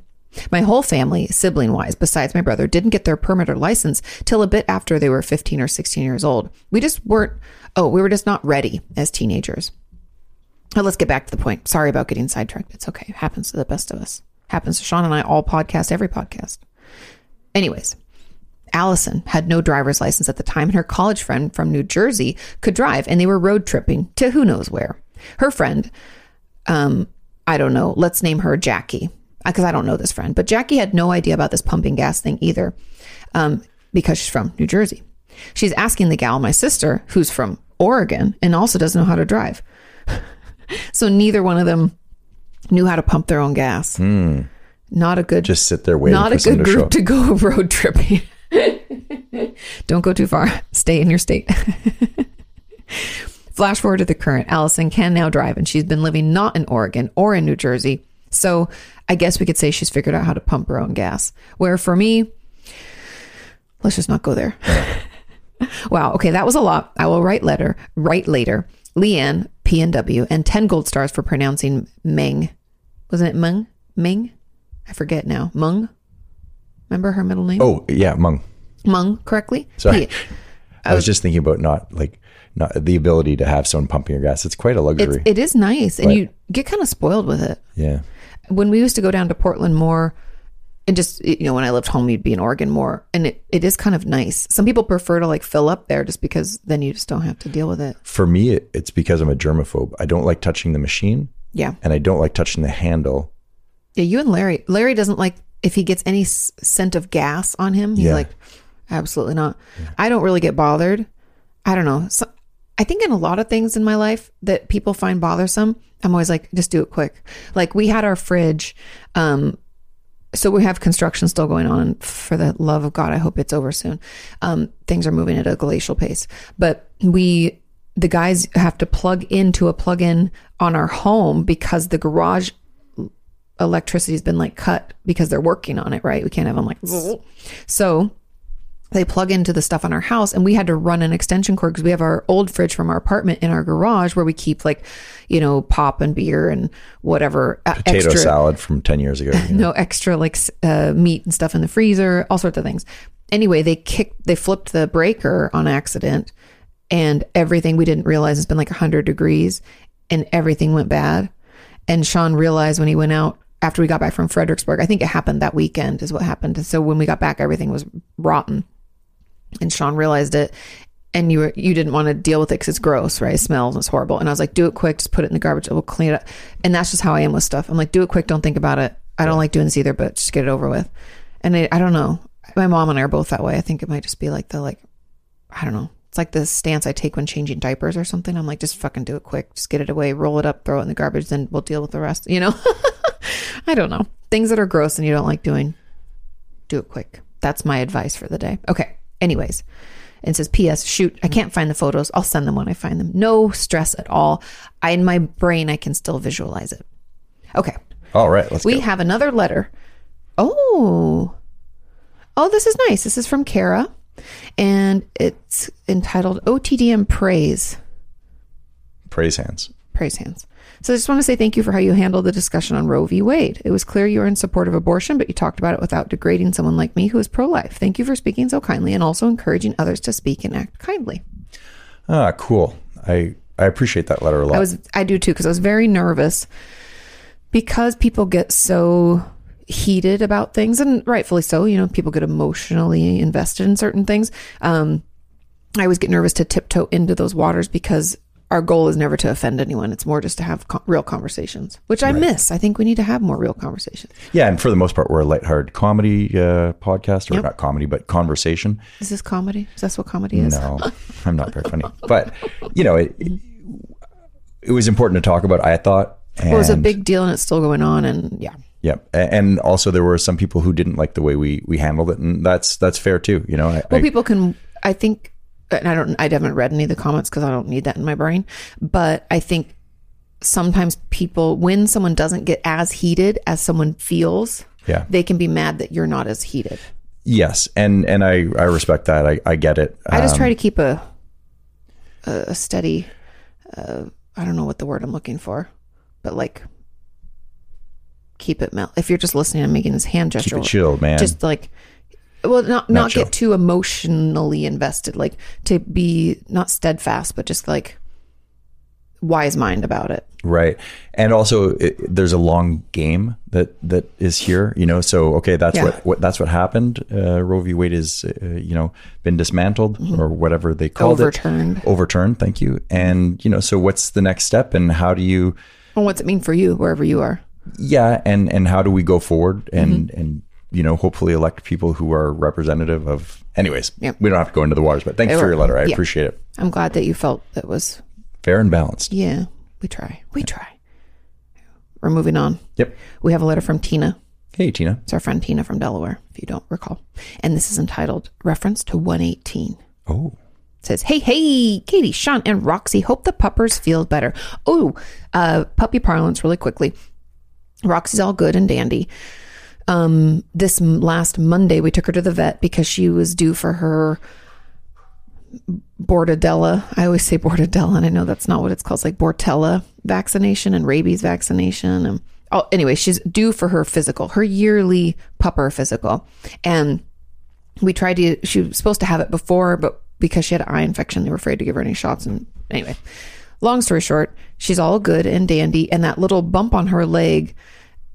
S1: My whole family, sibling wise, besides my brother, didn't get their permit or license till a bit after they were 15 or 16 years old. We just weren't, oh, we were just not ready as teenagers. Now, let's get back to the point. Sorry about getting sidetracked. It's okay. It happens to the best of us. Happens to Sean and I all podcast, every podcast. Anyways, Allison had no driver's license at the time, and her college friend from New Jersey could drive, and they were road tripping to who knows where. Her friend, um, I don't know, let's name her Jackie, because I don't know this friend, but Jackie had no idea about this pumping gas thing either, um, because she's from New Jersey. She's asking the gal, my sister, who's from Oregon and also doesn't know how to drive. so neither one of them knew how to pump their own gas. Not a good
S2: Just sit there waiting
S1: not
S2: for
S1: a
S2: someone
S1: good
S2: to show
S1: group
S2: up.
S1: to go road tripping. Don't go too far. Stay in your state. Flash forward to the current. Allison can now drive, and she's been living not in Oregon or in New Jersey. So I guess we could say she's figured out how to pump her own gas. Where for me, let's just not go there. wow. Okay, that was a lot. I will write letter write later. Leanne P and W and ten gold stars for pronouncing Meng. Wasn't it Meng? Meng? I forget now. Meng. Remember her middle name?
S2: Oh yeah, Hmong.
S1: Meng correctly.
S2: Sorry.
S1: P-
S2: I
S1: Oh.
S2: was just thinking about not like not the ability to have someone pumping your gas. It's quite a
S1: It's,
S2: luxury.
S1: it is nice, and
S2: Right.
S1: you get kind of spoiled with it.
S2: yeah.
S1: when we used to go down to Portland more and just you know when I lived home you'd be in Oregon more and it, it is kind of nice. Some people prefer to like fill up there just because then you just don't have to deal with it.
S2: For me, it- it's because I'm a germaphobe. I don't like touching the machine,
S1: Yeah.
S2: and I don't like touching the handle.
S1: Yeah, you and Larry Larry doesn't like if he gets any s- scent of gas on him, he's
S2: Yeah.
S1: like absolutely not. I don't really get bothered. I don't know. So, I think in a lot of things in my life that people find bothersome, I'm always like just do it quick. Like we had our fridge um so we have construction still going on for the love of god i hope it's over soon um, things are moving at a glacial pace but we the guys have to plug into a plug-in on our home because the garage electricity has been like cut because they're working on it right we can't have them like so they plug into the stuff on our house and we had to run an extension cord because we have our old fridge from our apartment in our garage where we keep like you know pop and beer and whatever uh,
S2: Potato
S1: extra
S2: salad from ten years ago. you know?
S1: no extra like s- uh, meat and stuff in the freezer, all sorts of things. Anyway, they kicked, they flipped the breaker on accident, and everything we didn't realize it's been like hundred degrees, and everything went bad. And Sean realized when he went out after we got back from Fredericksburg, I think it happened that weekend is what happened. So when we got back, everything was rotten, and Sean realized it. And you were, you didn't want to deal with it because it's gross, right? It smells, and it's horrible. And I was like, do it quick, just put it in the garbage, we'll clean it up. And that's just how I am with stuff. I'm like, do it quick, don't think about it. I don't like doing this either, but just get it over with. And I, I don't know. My mom and I are both that way. I think it might just be like the like, I don't know. It's like the stance I take when changing diapers or something. I'm like, just fucking do it quick, just get it away, roll it up, throw it in the garbage, then we'll deal with the rest. You know, I don't know. Things that are gross and you don't like doing, do it quick. That's my advice for the day. Okay. Anyways, and it says, P.S. Shoot, I can't find the photos. I'll send them when I find them. No stress at all. I, in my brain, I can still visualize it. Okay.
S2: All right, let's
S1: we
S2: go.
S1: have another letter. Oh. Oh, this is nice. This is from Kara and it's entitled OTDM Praise.
S2: Praise hands.
S1: Praise hands. So I just want to say thank you for how you handled the discussion on Roe v. Wade. It was clear you were in support of abortion, but you talked about it without degrading someone like me who is pro life. Thank you for speaking so kindly and also encouraging others to speak and act kindly.
S2: Ah, cool. I I appreciate that letter a lot.
S1: I was I do too because I was very nervous because people get so heated about things and rightfully so. You know, people get emotionally invested in certain things. Um, I always get nervous to tiptoe into those waters because our goal is never to offend anyone. It's more just to have co- real conversations, which I miss. I think we need to have more real conversations.
S2: yeah, and for the most part, we're a lighthearted comedy uh, podcast, or
S1: Yep.
S2: not comedy, but conversation.
S1: Is this comedy? Is that what comedy is?
S2: No, I'm not very funny, but you know, it, it, it was important to talk about. I thought. And,
S1: Well, it was a big deal and it's still going on. And yeah,
S2: yeah, A- and also there were some people who didn't like the way we we handled it, and that's that's fair too. You know, I,
S1: well,
S2: I-
S1: people can. I think, and I don't. I haven't read any of the comments because I don't need that in my brain. But I think sometimes people, when someone doesn't get as heated as someone feels,
S2: Yeah.
S1: they can be mad that you're not as heated.
S2: yes, and and I I respect that. I I get it. Um,
S1: I just try to keep a a, a steady. Uh, I don't know what the word I'm looking for, but like keep it mel. If you're just listening, I'm making this hand gesture.
S2: keep it chill, man.
S1: just like well not not,
S2: chill.
S1: get too emotionally invested like to be not steadfast but just like wise mind about it
S2: Right. And also it, there's a long game that that is here, you know, so okay, that's
S1: Yeah.
S2: what, what that's what happened. Uh, Roe v. Wade is uh, you know, been dismantled or whatever they called
S1: Mm-hmm. Overturned.
S2: it. Overturned. Thank you. And you know, so what's the next step and how do you
S1: and what's it mean for you wherever you are
S2: yeah, and and how do we go forward
S1: Mm-hmm.
S2: and and you know, hopefully elect people who are representative of anyways.
S1: Yeah.
S2: We don't have to go into the waters, but thanks
S1: It
S2: for your
S1: will-
S2: letter. I
S1: yeah.
S2: appreciate it.
S1: i'm glad that you felt that was
S2: Fair and balanced.
S1: yeah we try we try we're moving on
S2: Yep.
S1: we have a letter from tina
S2: Hey Tina.
S1: it's our friend tina from delaware if you don't recall and this is entitled reference to 118
S2: Oh.
S1: says, Hey, hey, Katie, Sean, and Roxy. Hope the puppers feel better. Oh, uh, puppy parlance really quickly. Roxy's all good and dandy. Um, this m- last Monday, we took her to the vet because she was due for her Bordadella. I always say Bordadella, and I know that's not what it's called. It's like Bortella vaccination and rabies vaccination. And, oh, anyway, she's due for her physical, her yearly pupper physical. And we tried to she was supposed to have it before but because she had an eye infection they were afraid to give her any shots and anyway long story short she's all good and dandy and that little bump on her leg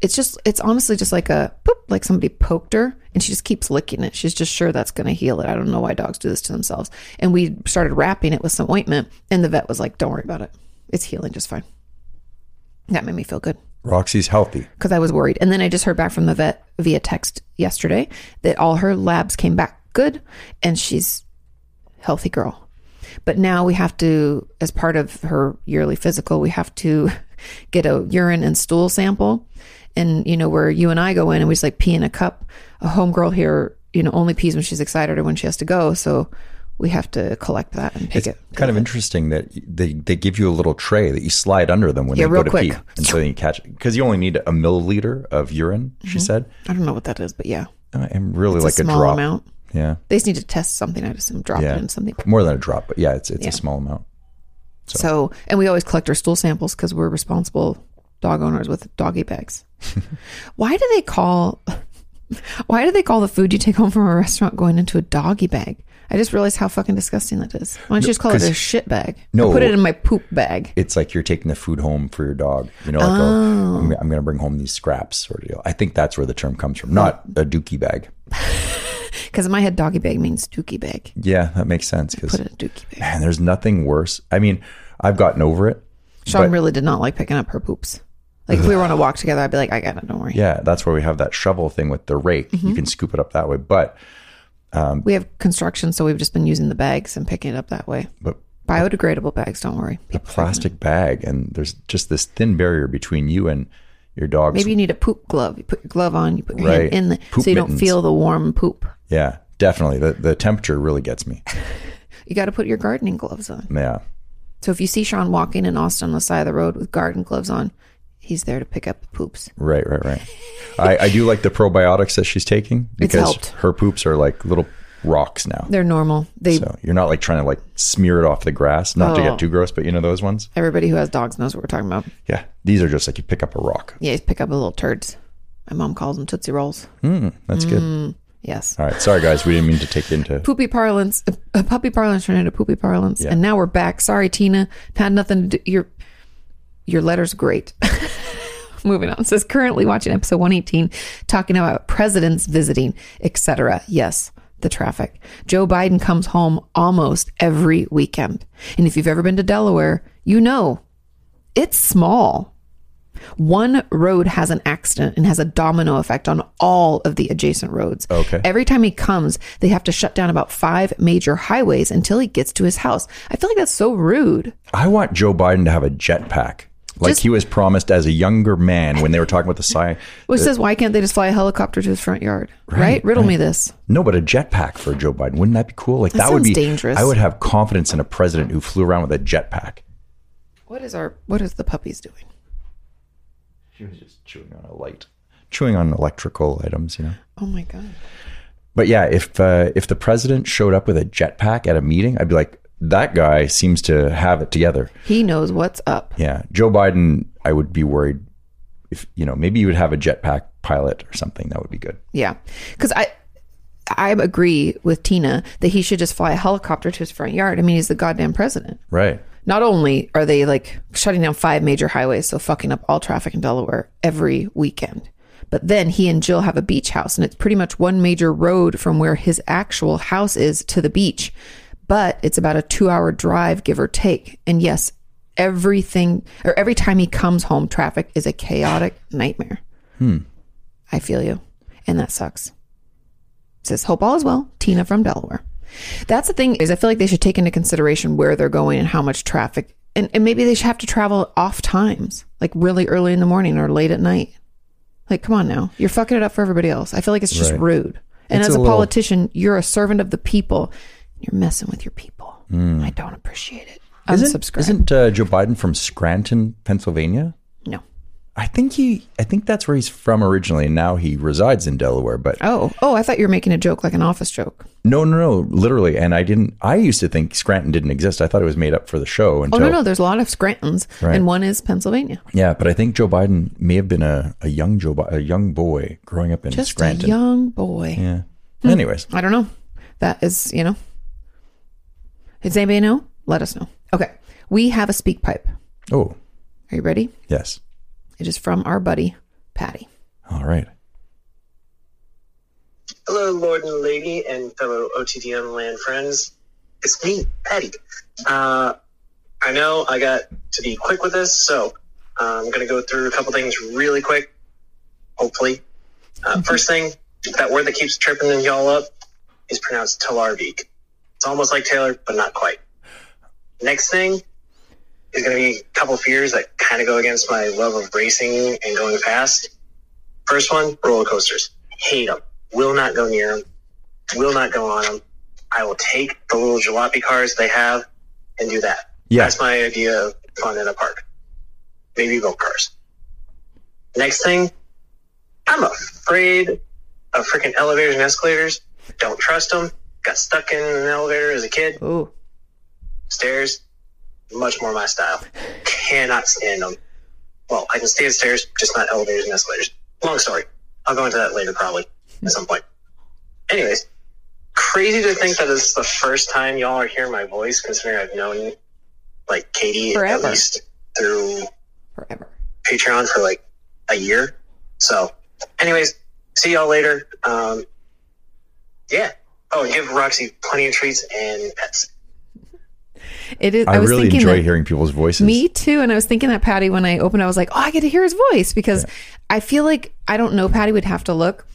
S1: it's just it's honestly just like a boop like somebody poked her and she just keeps licking it she's just sure that's going to heal it i don't know why dogs do this to themselves and we started wrapping it with some ointment and the vet was like don't worry about it it's healing just fine that made me feel good
S2: Roxy's healthy.
S1: because I was worried. And then I just heard back from the vet via text yesterday that all her labs came back good and she's healthy girl. But now we have to as part of her yearly physical, we have to get a urine and stool sample. And you know where you and I go in and we just like pee in a cup. A homegirl here, you know, only pees when she's excited or when she has to go, so we have to collect that and pick
S2: It's
S1: it.
S2: kind of interesting that they, they give you a little tray that you slide under them when
S1: Yeah,
S2: they
S1: real
S2: go to
S1: quick.
S2: pee, and so then you catch because you only need a milliliter of urine. She said,
S1: I don't know what that is, but yeah.
S2: "I'm really
S1: Mm-hmm. It's
S2: like
S1: a
S2: a,
S1: small
S2: drop."
S1: amount.
S2: Yeah,
S1: They just need to test something, I'd assume, drop
S2: yeah,
S1: it in something.
S2: more than a drop, but yeah, it's it's
S1: Yeah.
S2: a small amount.
S1: So. and we always collect our stool samples because we're responsible dog owners with doggy bags. why do they call? Why do they call the food you take home from a restaurant going into a doggy bag? I just realized how fucking disgusting that is. Why don't you just call it
S2: 'cause-
S1: a shit bag?
S2: No.
S1: I put it in my poop bag.
S2: It's like you're taking the food home for your dog. You know, like oh. I'm, I'm going to bring home these scraps sort of deal. I think that's where the term comes from, not a dookie bag.
S1: Because in my head, doggy bag means dookie bag.
S2: Yeah, that makes sense because
S1: Put it in a dookie bag.
S2: man, there's nothing worse. I mean, I've gotten over it.
S1: Sean
S2: But-
S1: really did not like picking up her poops. Like if we were on a walk together, I'd be like, I got it. Don't worry.
S2: Yeah, that's where we have that shovel thing with the rake.
S1: Mm-hmm.
S2: You can scoop it up that way, but
S1: We have construction, so we've just been using the bags and picking it up that way.
S2: but
S1: Biodegradable bags. Don't worry.
S2: a plastic bag and there's just this thin barrier between you and your dog's
S1: Maybe you need a poop glove. You put your glove on, you put your
S2: Right.
S1: hand in the
S2: Poop
S1: so you don't
S2: mittens.
S1: feel the warm poop.
S2: yeah definitely the the temperature really gets me
S1: You got to put your gardening gloves on.
S2: yeah
S1: So if you see Sean walking in Austin on the side of the road with garden gloves on, he's there to pick up the poops.
S2: Right, right, right. I, I do like the probiotics that she's taking because
S1: helped.
S2: her poops are like little rocks now.
S1: They're normal. They
S2: So you're not like trying to like smear it off the grass, not to
S1: Oh.
S2: get too gross, but you know those ones?
S1: everybody who has dogs knows what we're talking about.
S2: Yeah. These are just like you pick up a rock.
S1: Yeah, he's pick up little turds. My mom calls them tootsie rolls.
S2: That's
S1: Mm.
S2: good.
S1: Yes.
S2: All right. Sorry, guys. We didn't mean to take you into.
S1: Poopy parlance, uh, uh, puppy parlance turned into poopy parlance, and now we're back. Sorry, Tina, had nothing to do. Your your letter's great. Moving on. It says currently watching episode one eighteen, talking about presidents visiting, etc. Yes, the traffic. Joe Biden comes home almost every weekend, and if you've ever been to Delaware, you know it's small. One road has an accident and has a domino effect on all of the adjacent roads.
S2: Okay.
S1: Every time he comes, they have to shut down about five major highways until he gets to his house. I feel like that's so rude.
S2: I want Joe Biden to have a jetpack. Like
S1: Just-
S2: he was promised as a younger man when they were talking about the sci.
S1: Which says, why can't they just fly a helicopter to his front yard? Right? Riddle me this.
S2: No, but a jetpack for Joe Biden. Wouldn't that be cool? Like that, would
S1: sounds
S2: be
S1: dangerous.
S2: I would have confidence in a president who flew around with a jetpack.
S1: What is our what is the puppies doing?
S2: She was just chewing on a light, chewing on electrical items, you know.
S1: Oh my god.
S2: But yeah, if uh, if the president showed up with a jetpack at a meeting, I'd be like, that guy seems to have it together.
S1: He knows what's up.
S2: Yeah, Joe Biden, I would be worried if you know maybe you would have a jetpack pilot or something. That would be good.
S1: Yeah. Cause I I agree with Tina that he should just fly a helicopter to his front yard. I mean, he's the goddamn president.
S2: Right.
S1: not only are they like shutting down five major highways, so fucking up all traffic in Delaware every weekend, but then he and Jill have a beach house, and it's pretty much one major road from where his actual house is to the beach. But it's about a two hour drive, give or take. And yes, everything or every time he comes home, traffic is a chaotic nightmare. I feel you. And that sucks. It says, Hope all is well. Tina from Delaware. That's the thing is I feel like they should take into consideration where they're going and how much traffic and, and maybe they should have to travel off times, like really early in the morning or late at night. Like, come on now. You're fucking it up for everybody else. I feel like it's just
S2: Right.
S1: rude. And
S2: It's
S1: as
S2: a
S1: a,
S2: little-
S1: politician, you're a servant of the people. You're messing with your people. I don't appreciate it. Unsubscribe.
S2: Hmm. Isn't, isn't uh, Joe Biden from Scranton, Pennsylvania?
S1: no.
S2: I think he. I think that's where he's from originally, and now he resides in Delaware. But
S1: Oh, oh, I thought you were making a joke like an office joke.
S2: no, no, no, literally. And I didn't. I used to think Scranton didn't exist. I thought it was made up for the show.
S1: Oh
S2: Until,
S1: no, no, there's a lot of Scrantons,
S2: Right.
S1: and one is Pennsylvania.
S2: Yeah, but I think Joe Biden may have been a, a young Joe, Bi- a young boy growing up in
S1: Just
S2: Scranton.
S1: a young Hmm. boy.
S2: yeah. Anyways,
S1: I don't know. That is, you know. Does anybody know? Let us know. Okay. We have a speak pipe.
S2: oh
S1: Are you ready?
S2: yes,
S1: It is from our buddy, Patty.
S2: all right.
S4: Hello, Lord and Lady, and fellow OTDM land friends. It's me, Patty. Uh, I know I got to be quick with this, so uh, I'm going to go through a couple things really quick, hopefully. Uh, first thing, that word that keeps tripping y'all up is pronounced Talarvik. It's almost like Taylor, but not quite. Next thing is going to be a couple fears that kind of go against my love of racing and going fast. First one, roller coasters. Hate them. Will not go near them. Will not go on them. I will take the little jalopy cars they have and do that.
S2: Yeah.
S4: That's my idea of fun in a park. Maybe go cars. Next thing, I'm afraid of freaking elevators and escalators. Don't trust them. Got stuck in an elevator as a kid
S1: Oh,
S4: stairs much more my style cannot stand them well i can stand stairs just not elevators and escalators long story i'll go into that later probably at some point anyways crazy to think that this is the first time y'all are hearing my voice considering i've known like katie
S1: Forever.
S4: at least through
S1: forever.
S4: Patreon for like a year. So, anyways, see y'all later. Um, yeah. Oh, and give Roxy plenty of treats and pets.
S1: It is.
S2: I,
S1: I, was
S2: really
S1: thinking
S2: enjoy
S1: that,
S2: hearing people's voices.
S1: Me too. And I was thinking that Patty when I opened, I was like, oh, I get to hear his voice because I feel like I don't know. Patty would have to look,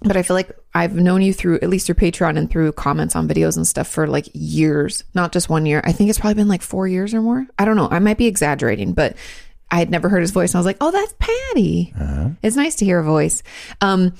S1: but I feel like I've known you through at least through Patreon and through comments on videos and stuff for like years, not just one year. I think it's probably been like four years or more. I don't know. I might be exaggerating, but I had never heard his voice. And I was like, oh, that's Patty. It's nice to hear a voice. Um,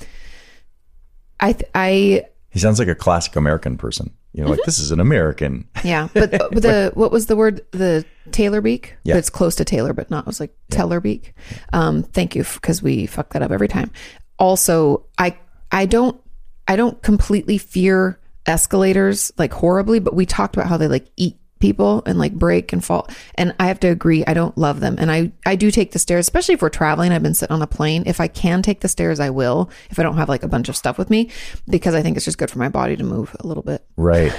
S1: I, th- I,
S2: He sounds like a classic American person. You know, like
S1: Mm-hmm.
S2: this is an American.
S1: Yeah, but uh, but the what was the word? The Taylor beak.
S2: Yeah.
S1: But it's close to Taylor, but not. It was like Teller beak. Um, thank you because we fuck that up every time. Also, I I don't I don't completely fear escalators like horribly, but we talked about how they like eat people and like break and fall. And I have to agree, I don't love them. And I I do take the stairs, especially if we're traveling. I've been sitting on a plane. If I can take the stairs, I will. If I don't have like a bunch of stuff with me, because I think it's just good for my body to move a little bit.
S2: Right.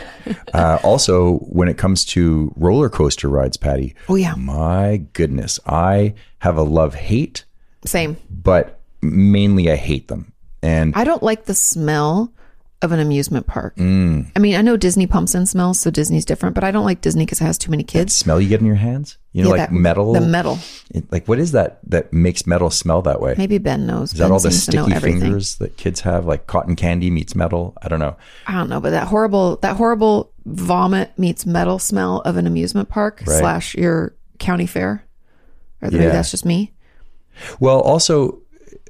S2: Uh, also, when it comes to roller coaster rides, Patty,
S1: Oh yeah,
S2: my goodness, I have a love hate,
S1: same.
S2: but mainly I hate them. And
S1: I don't like the smell of an amusement park. I mean, I know Disney pumps in smells, so Disney's different, but I don't like Disney because it has too many
S2: that
S1: kids.
S2: smell you get in your hands, you know,
S1: Yeah,
S2: like
S1: that-
S2: metal.
S1: The metal.
S2: It- like what is that that makes metal smell that way?
S1: Maybe Ben knows.
S2: Is that
S1: ben
S2: all the
S1: seems to know
S2: sticky
S1: everything.
S2: fingers that kids have, like cotton candy meets metal? I don't know.
S1: I don't know, but that horrible, that horrible vomit meets metal smell of an amusement park
S2: Right.
S1: slash your county fair, or maybe
S2: Yeah.
S1: that's just me.
S2: Well, also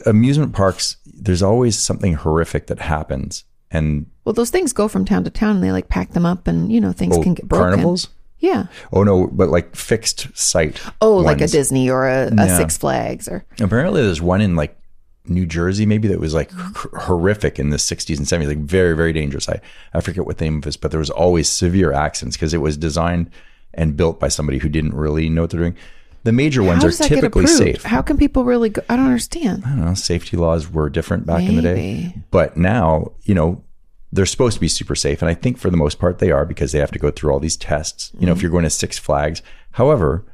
S2: amusement parks, there's always something horrific that happens, and
S1: Well, those things go from town to town, and they like pack them up, and you know things
S2: oh,
S1: can get broken.
S2: carnivals.
S1: Yeah.
S2: Oh no, but like fixed site.
S1: Oh, like a
S2: ones.
S1: Disney or a, a
S2: Yeah.
S1: Six Flags or
S2: Apparently, there's one in like New Jersey, maybe that was like h-
S1: Mm-hmm.
S2: horrific in the 60s and 70s, like very, very dangerous. I, I forget what the name of this, but there was always severe accidents because it was designed and built by somebody who didn't really know what they're doing. The major ones
S1: How
S2: are
S1: does that
S2: typically
S1: get approved?
S2: safe.
S1: How can people really go? I don't understand.
S2: I don't know, safety laws were different back in the day.
S1: Maybe.
S2: But now, you know, they're supposed to be super safe. And I think for the most part they are because they have to go through all these tests. You know,
S1: Mm-hmm.
S2: if you're going to Six Flags. However,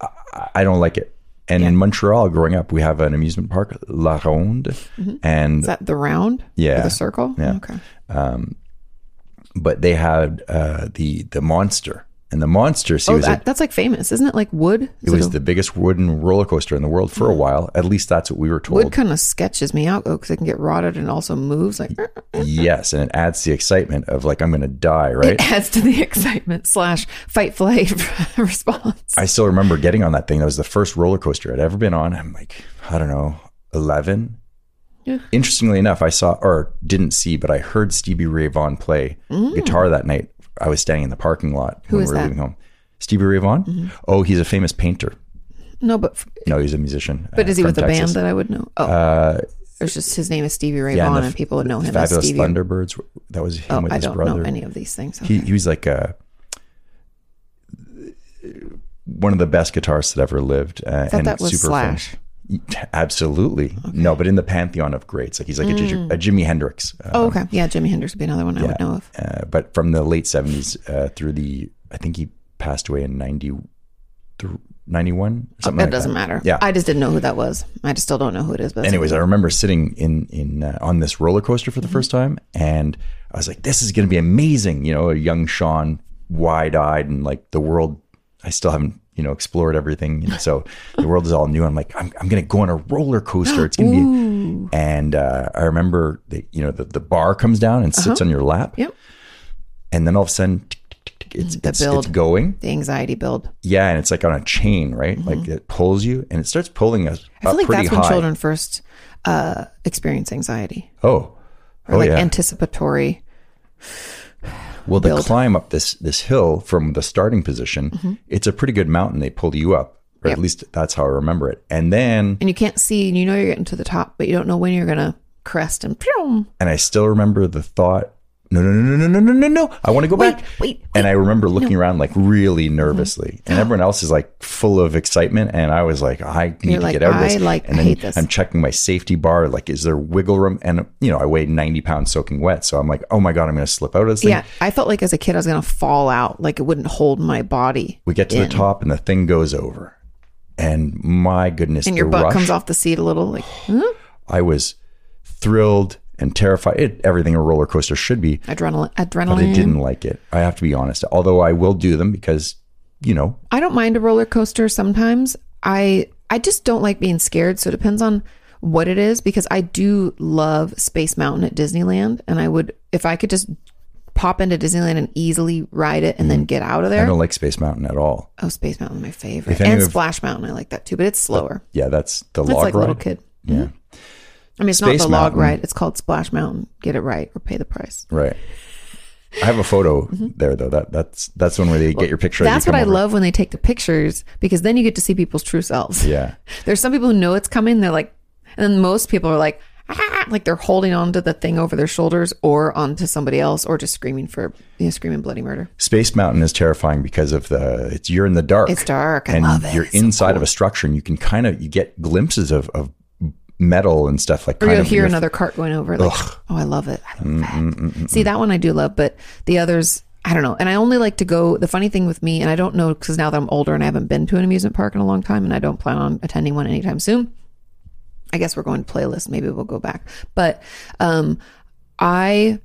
S2: I, I don't like it. And in Montreal, growing up, we have an amusement park, La Ronde. And
S1: Mm-hmm. Is that the round?
S2: Yeah.
S1: Or the circle?
S2: Yeah.
S1: Okay.
S2: but they had uh, the the monster. And the monster see
S1: Oh,
S2: was a-
S1: that, that's like famous. Isn't it like wood? Is
S2: it was
S1: a- Mm-hmm.
S2: the biggest wooden roller coaster in the world for a while. At least that's what we were told.
S1: wood kind of sketches me out though because it can get rotted and also moves. Like
S2: yes, and it adds the excitement of like I'm going to die, right?
S1: it adds to the excitement slash fight flight response.
S2: I still remember getting on that thing. That was the first roller coaster I'd ever been on. I'm like, I don't know, 11.
S1: Yeah.
S2: Interestingly enough, I saw or didn't see, but I heard Stevie Ray Vaughan play guitar that night. I was standing in the parking lot
S1: Mm. Who
S2: when
S1: is
S2: we were
S1: that? Mm-hmm.
S2: leaving home. Stevie Ray Vaughan? Oh, he's a famous painter.
S1: no, but
S2: No, he's a musician.
S1: but
S2: uh,
S1: is he
S2: from
S1: with a
S2: Texas.
S1: band that I would know? Oh,
S2: Uh,
S1: there's just his name is Stevie Ray
S2: yeah,
S1: Vaughan,
S2: the
S1: and, people would know him as
S2: Fabulous
S1: Stevie.
S2: Thunderbirds. That was him
S1: oh,
S2: with
S1: I
S2: his
S1: don't
S2: brother.
S1: know any of these things.
S2: he, he was like a one of the best guitarists that ever lived uh,
S1: thought
S2: and
S1: that was
S2: super famous.
S1: Slash.
S2: absolutely no but in the pantheon of greats like he's like a Jimi- a, jimi hendrix uh,
S1: Mm. oh, okay. Yeah, Jimi Hendrix would be another one I would know of.
S2: uh, but from the late 70s uh, through the i think he passed away in 90 th- 91
S1: Oh,
S2: something
S1: it
S2: like
S1: doesn't
S2: that.
S1: matter.
S2: yeah
S1: I just didn't know who that was. I just still don't know who it is. But that's
S2: anyways,
S1: okay.
S2: I remember sitting in in uh, on this roller coaster for the first time, and I was like, "This is going to be amazing!" You know, a young Sean, wide eyed, and like the world. I still haven't you know explored everything, and so the world is all new. I'm like, I'm, I'm going to go on a roller coaster. It's going to be. And uh, I remember the you know the, the bar comes down and sits on your lap.
S1: Uh-huh. Yep.
S2: And then all of a sudden, tick, tick, tick, tick, it's,
S1: The
S2: it's, it's
S1: build.
S2: going.
S1: the anxiety build.
S2: Yeah, and it's like on a chain, right? Like it pulls you, and it starts pulling us
S1: Uh-huh. I feel
S2: up
S1: like
S2: pretty
S1: that's
S2: high.
S1: when children first uh, experience anxiety
S2: oh.
S1: or
S2: oh,
S1: like
S2: yeah.
S1: anticipatory.
S2: Well, the
S1: build.
S2: climb up this this hill from the starting position,
S1: Mm-hmm.
S2: it's a pretty good mountain. They pull you up, or
S1: Yep.
S2: at least that's how I remember it. And then,
S1: And you can't see, and you know you're getting to the top, but you don't know when you're going to crest and pew.
S2: and I still remember the thought, no, no, no, no, no, no, no, no, I want to go
S1: Wait,
S2: back.
S1: wait, Mm-hmm.
S2: and I remember looking around like really nervously, and everyone else is like full of excitement, and I was like, I need
S1: You're
S2: to
S1: like,
S2: get out of this.
S1: I, like,
S2: and then
S1: hate this.
S2: I'm checking my safety bar, like, is there wiggle room? And you know, I weigh 90 pounds soaking wet, so I'm like, oh my god, I'm going to slip out of this thing.
S1: Yeah. I felt like as a kid, I was going to fall out. Like it wouldn't hold my body.
S2: We get to
S1: in.
S2: the top and the thing goes over. And my goodness,
S1: And your
S2: the
S1: butt
S2: rush,
S1: comes off the seat a little. Like, huh?
S2: I was thrilled and terrified. It, everything a roller coaster should be,
S1: adrenaline.
S2: but
S1: Adrenaline.
S2: I didn't like it. I have to be honest. Although I will do them because, you know,
S1: I don't mind a roller coaster sometimes. I I just don't like being scared, so it depends on what it is because I do love Space Mountain at Disneyland and I would if I could just pop into Disneyland and easily ride it and then get out of
S2: I
S1: there.
S2: don't like Space Mountain at all.
S1: Oh, Space Mountain my favorite.
S2: If any
S1: And
S2: of-
S1: Splash Mountain I like that too, but it's slower.
S2: Yeah, that's the
S1: It's
S2: log
S1: like
S2: ride.
S1: little kid. Mm-hmm.
S2: Yeah,
S1: I mean, it's
S2: Space
S1: not the log
S2: Mountain.
S1: ride. It's called Splash Mountain. Get it right or pay the price.
S2: right. I have a photo there though. That that's that's one where they get your picture. as you
S1: Mm-hmm. That's what
S2: come
S1: I
S2: over.
S1: love when they take the pictures because then you get to see people's true selves.
S2: Yeah,
S1: There's some people who know it's coming. They're like, and then most people are like, ah, like they're holding onto the thing over their shoulders or onto somebody else or just screaming for, you know, screaming bloody murder.
S2: Space Mountain is terrifying because of the it's you're in the dark.
S1: It's dark. I
S2: and
S1: love it.
S2: you're
S1: It's so
S2: inside of a structure, and you can kind of you get glimpses of of metal and stuff like.
S1: Or
S2: kind
S1: you'll
S2: of Mm, in
S1: hear
S2: your-
S1: another cart going over. Like, oh, I love it. I love that. See, that one I do love, but the others, I don't know. And I only like to go. The funny thing with me, and I don't know because now that I'm older and I haven't been to an amusement park in a long time, and I don't plan on attending one anytime soon. I guess we're going to playlist. Maybe we'll go back. But um, I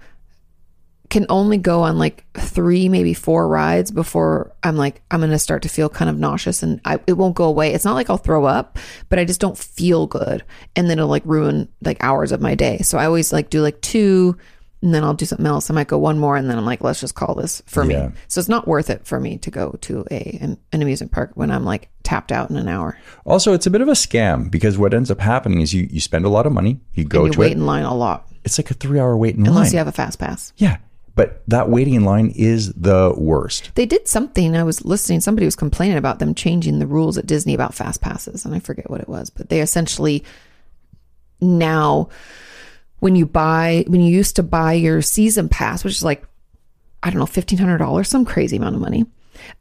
S1: can only go on like three, maybe four rides before I'm like, I'm going to start to feel kind of nauseous and I, it won't go away. It's not like I'll throw up, but I just don't feel good. And then it'll like ruin like hours of my day. So I always like do like two and then I'll do something else. I might go one more and then I'm like, let's just call this for
S2: Yeah.
S1: me. So it's not worth it for me to go to a, an, an amusement park when I'm like tapped out in an hour.
S2: Also, it's a bit of a scam because what ends up happening is you you spend a lot of money, you go
S1: and you
S2: to
S1: wait
S2: it.
S1: in line a lot
S2: It's like a three hour wait in
S1: unless
S2: line.
S1: you have a fast pass.
S2: yeah, but that waiting in line is the worst.
S1: They did something. I was listening. Somebody was complaining about them changing the rules at Disney about fast passes, and I forget what it was. But they essentially now, when you buy, when you used to buy your season pass, which is like, I don't know, fifteen hundred dollars, some crazy amount of money.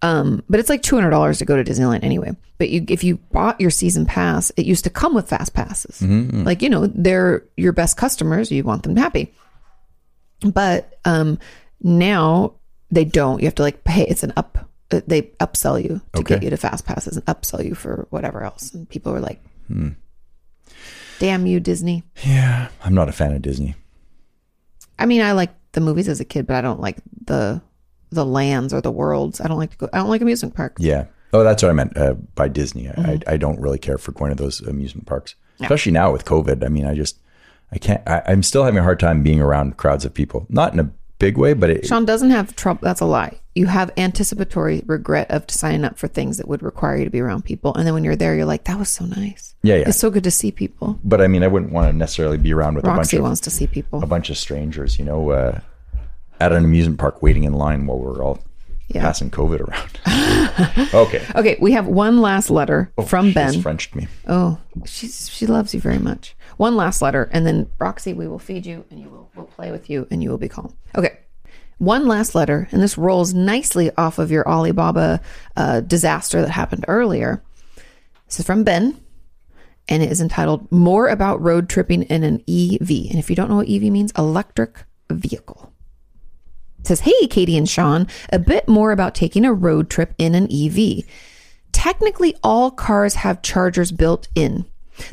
S1: Um, but it's like two hundred dollars to go to Disneyland anyway. But you, if you bought your season pass, it used to come with fast passes. Like you know, they're your best customers. You want them happy but um now they don't you have to like pay it's an up uh, they upsell you to get
S2: Okay.
S1: you to fast passes and upsell you for whatever else and people are like
S2: Hmm.
S1: damn you disney
S2: Yeah, I'm not a fan of Disney.
S1: i mean i like the movies as a kid but i don't like the the lands or the worlds i don't like to go i don't like amusement parks
S2: Yeah. Oh, that's what I meant uh, by Disney. I
S1: Mm-hmm.
S2: I, I don't really care for going to those amusement parks, especially now with COVID. I mean, I just I can't. I, I'm still having a hard time being around crowds of people. Not in a big way, but it,
S1: sean doesn't have trouble that's a lie you have anticipatory regret of signing up for things that would require you to be around people and then when you're there you're like that was so nice
S2: yeah, yeah.
S1: it's so good to see people
S2: But I mean, I wouldn't want to necessarily be around with
S1: roxy
S2: a bunch of
S1: wants to see people
S2: a bunch of strangers. You know, uh, at an amusement park waiting in line while we're all
S1: Yeah.
S2: passing COVID around. okay.
S1: Okay, we have one last letter from
S2: Oh, She's
S1: Ben.
S2: Frenched me.
S1: Oh, she's she loves you very much. One last letter, and then Roxy, we will feed you, and you will we'll play with you, and you will be calm. Okay, one last letter, and this rolls nicely off of your Alibaba uh, disaster that happened earlier. This is from Ben, and it is entitled "More About Road Tripping in an EV." And if you don't know what EV means, electric vehicle. It says, "Hey, Katie and Sean, a bit more about taking a road trip in an E EV." Technically, all cars have chargers built in.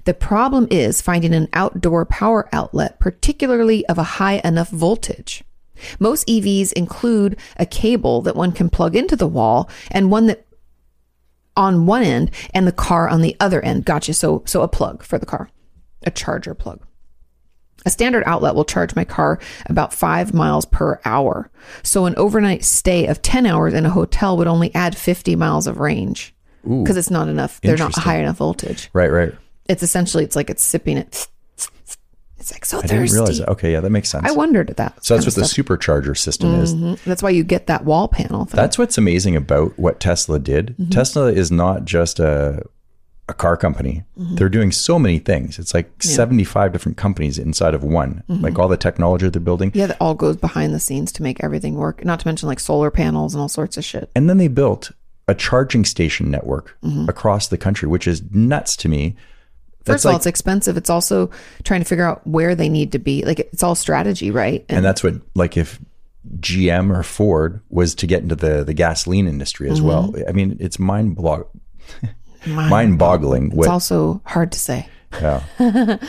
S1: The problem is finding an outdoor power outlet, particularly of a high enough voltage. Most EVs include a cable that one can plug into the wall and one that on one end and the car on the other end. Gotcha. So, so a plug for the car, a charger plug. A standard outlet will charge my car about five miles per hour. So an overnight stay of 10 hours in a hotel would only add 50 miles of range because it's not enough. They're not
S2: Interesting.
S1: high enough voltage.
S2: Right. Right.
S1: It's essentially, it's like it's sipping it. It's like so
S2: I
S1: thirsty.
S2: didn't realize that. Okay. Yeah, that makes sense.
S1: I wondered at that.
S2: so
S1: kind
S2: that's what
S1: of
S2: the
S1: stuff.
S2: supercharger system is.
S1: Mhm. That's why you get that wall panel thing.
S2: That's what's amazing about what Tesla did.
S1: Mm-hmm.
S2: Tesla is not just a a car company.
S1: Mm-hmm.
S2: They're doing so many things. It's like 75 different companies inside of one.
S1: Mm-hmm.
S2: Like all the technology they're building.
S1: yeah, that all goes behind the scenes to make everything work. Not to mention like solar panels and all sorts of shit.
S2: And then they built a charging station network
S1: Mm-hmm.
S2: across the country, which is nuts to me.
S1: First
S2: That's
S1: of all,
S2: like-
S1: it's expensive. It's also trying to figure out where they need to be. Like it's all strategy, right?
S2: and that's what like if GM or Ford was to get into the the gasoline industry as well. I mean, it's mind blog
S1: Mm-hmm. Mind-
S2: mind boggling
S1: It's
S2: what
S1: also hard to say.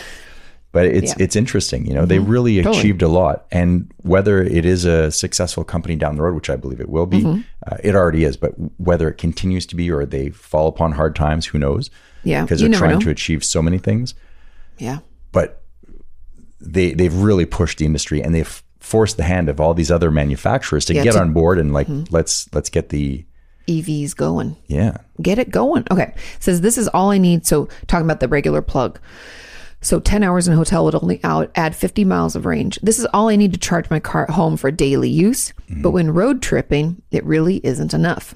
S2: but it's it's interesting you know they
S1: Mm-hmm.
S2: really achieved a lot and whether it is a successful company down the road which i believe it will be
S1: Mm-hmm.
S2: uh, it already is but whether it continues to be or they fall upon hard times who knows
S1: Yeah,
S2: because
S1: you
S2: they're
S1: never
S2: trying
S1: know.
S2: to achieve so many things
S1: Yeah.
S2: but they they've really pushed the industry and they've forced the hand of all these other manufacturers to
S1: Yeah,
S2: get
S1: to- Mm-hmm.
S2: on board and like let's let's get the
S1: EVs E going.
S2: yeah
S1: Get it going. Okay. Says this is all I need. So talking about the regular plug. So 10 hours in a hotel would only out add 50 miles of range. This is all I need to charge my car at home for daily use, but when road tripping, it really isn't enough.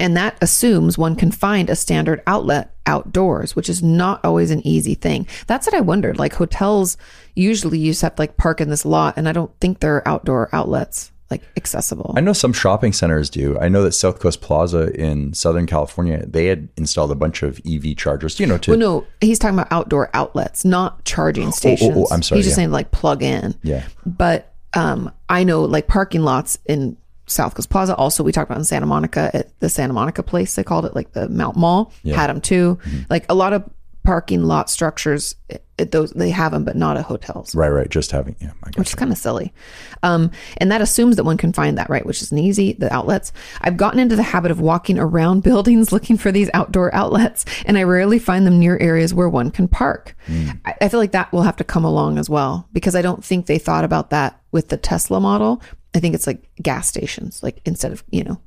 S1: And that assumes one can find a standard outlet outdoors, which is not always an easy thing. That's what I wondered. Like hotels usually you just have to like park in this lot and I don't think there are outdoor outlets like accessible.
S2: I know some shopping centers do. I know that South Coast Plaza in Southern California, they had installed a bunch of EV chargers, you know, to
S1: Well, Oh, no, he's talking about outdoor outlets, not charging stations.
S2: Oh, I'm sorry,
S1: He's just
S2: yeah.
S1: saying like plug in.
S2: Yeah.
S1: But um, I know like parking lots in South Coast Plaza. Also, we talked about in Santa Monica at the Santa Monica place. They called it like the Mount Mall. Had them too.
S2: Mm-hmm.
S1: Like a lot of parking lot structures. It, it- those they have them, but not at hotels
S2: Right, right. Just having, yeah, I guess.
S1: which is kind of silly. Um, and that assumes that one can find that, right? Which isn't easy, the outlets. I've gotten into the habit of walking around buildings looking for these outdoor outlets, and I rarely find them near areas where one can park.
S2: Hmm.
S1: I, I feel like that will have to come along as well because I don't think they thought about that with the Tesla model. I think it's like gas stations, like instead of, you know,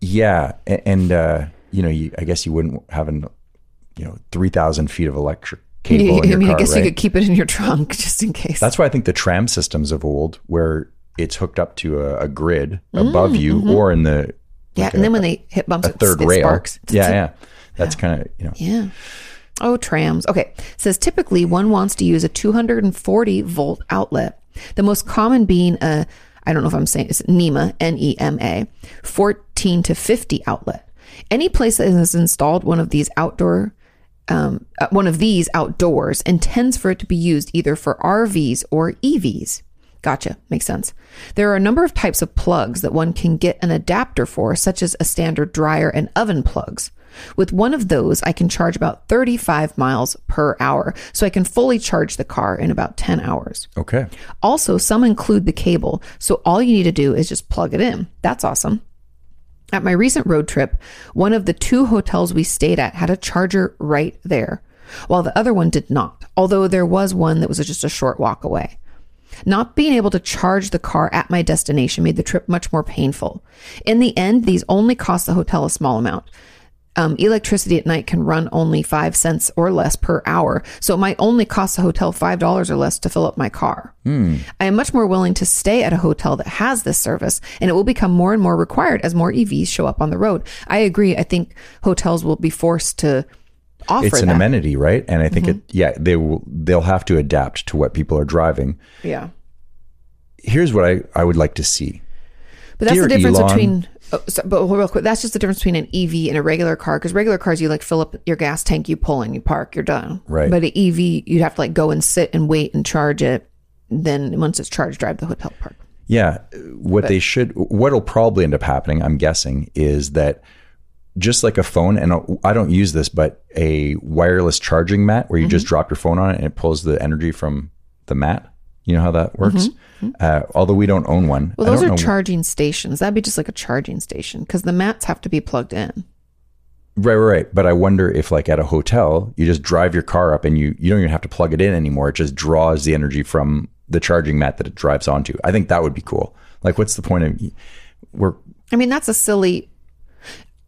S2: Yeah, a- and uh, you know, you, I guess you wouldn't have an, you know, three thousand feet of electric cable in
S1: I
S2: your
S1: mean,
S2: car,
S1: I guess
S2: right?
S1: you could keep it in your trunk just in case.
S2: That's why I think the tram systems of old, where it's hooked up to a, a grid above you, or in the
S1: yeah. and then when they hit bumps,
S2: a
S1: it,
S2: third
S1: Mm-hmm. it
S2: rail,
S1: sparks.
S2: yeah, yeah, that's kind of you know,
S1: Yeah. Oh, trams. Okay. says typically one wants to use a 240 volt outlet. The most common being a, I don't know if I'm saying it's NEMA, N E M A, 14 to 50 outlet. Any place that has installed one of these outdoor, um, uh, one of these outdoors intends for it to be used either for RVs or EVs. Gotcha. Makes sense. There are a number of types of plugs that one can get an adapter for, such as a standard dryer and oven plugs. With one of those, I can charge about 35 miles per hour, so I can fully charge the car in about 10 hours.
S2: okay,
S1: Also, some include the cable, so all you need to do is just plug it in. That's awesome. At my recent road trip, one of the two hotels we stayed at had a charger right there, while the other one did not, although there was one that was just a short walk away. Not being able to charge the car at my destination made the trip much more painful. In the end, these only cost the hotel a small amount. Um, electricity at night can run only five cents or less per hour, so it might only cost the hotel five dollars or less to fill up my car. I am much more willing to stay at a hotel that has this service, and it will become more and more required as more EVs show up on the road. I agree. I think hotels will be forced to offer
S2: it's an
S1: that. Mm-hmm.
S2: amenity, right? And I think it, yeah, they will, they'll have to adapt to what people are driving.
S1: yeah,
S2: Here's what I I would like to see.
S1: but that's
S2: Dear
S1: the difference
S2: Elon.
S1: between. Oh, so, but real quick, that's just the difference between an EV and a regular car. Because regular cars, you like fill up your gas tank, you pull in, you park, you're done.
S2: Right.
S1: But an EV, you'd have to like go and sit and wait and charge it. Then once it's charged, drive the hotel park.
S2: Yeah, what they should, what'll probably end up happening, I'm guessing, is that just like a phone, and I don't use this, but a wireless charging mat where you
S1: Mm-hmm.
S2: just drop your phone on it and it pulls the energy from the mat. You know how that works. Uh, although we don't own one,
S1: Mm-hmm. Well,
S2: I
S1: those
S2: don't
S1: are
S2: know-
S1: charging stations. That'd be just like a charging station because the mats have to be plugged in.
S2: right, right, right. But I wonder if, like at a hotel, you just drive your car up and you you don't even have to plug it in anymore. It just draws the energy from the charging mat that it drives onto. I think that would be cool. Like, what's the point of? We're
S1: I mean, that's a silly.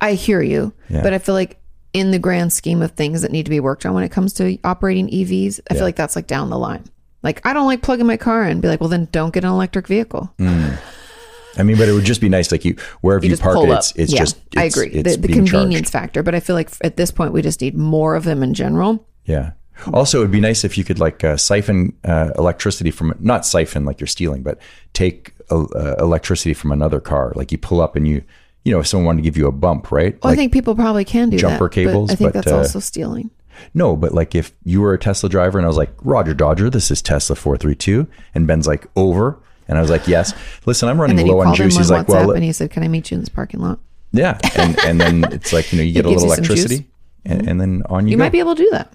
S1: I hear you,
S2: Yeah.
S1: but I feel like in the grand scheme of things that need to be worked on when it comes to operating EVs, I feel like that's like down the line. Like, I don't like plugging my car in. Be like, well, then don't get an electric vehicle.
S2: I mean, but it would just be nice, like you wherever Mm-hmm. you,
S1: just
S2: park
S1: pull
S2: it,
S1: up.
S2: it's it's
S1: yeah,
S2: just it's,
S1: I agree.
S2: It's
S1: the the
S2: being
S1: convenience
S2: Charged.
S1: factor, but I feel like at this point we just need more of them in general.
S2: Yeah. Also, it would be nice if you could like uh, siphon uh, electricity from not siphon like you're stealing, but take uh, uh, electricity from another car. Like you pull up and you, you know, if someone wanted to give you a bump, right?
S1: Well, I
S2: like,
S1: think people probably can do
S2: jumper
S1: that, but
S2: cables,
S1: I think
S2: but,
S1: that's
S2: uh,
S1: also stealing.
S2: no, but like if you were a Tesla driver and I was like Roger Dodger, this is Tesla four three two, and Ben's like over, and I was like yes. Listen, I'm
S1: And
S2: running
S1: then
S2: low
S1: you
S2: on
S1: called him on
S2: juice. He's
S1: WhatsApp
S2: like, well,
S1: and he said, "Can I meet you in this parking lot?"
S2: yeah, and, and then it's like you know you get a
S1: gives
S2: little
S1: you some juice.
S2: electricity, and, and then on you,
S1: You
S2: go.
S1: might be able to do that.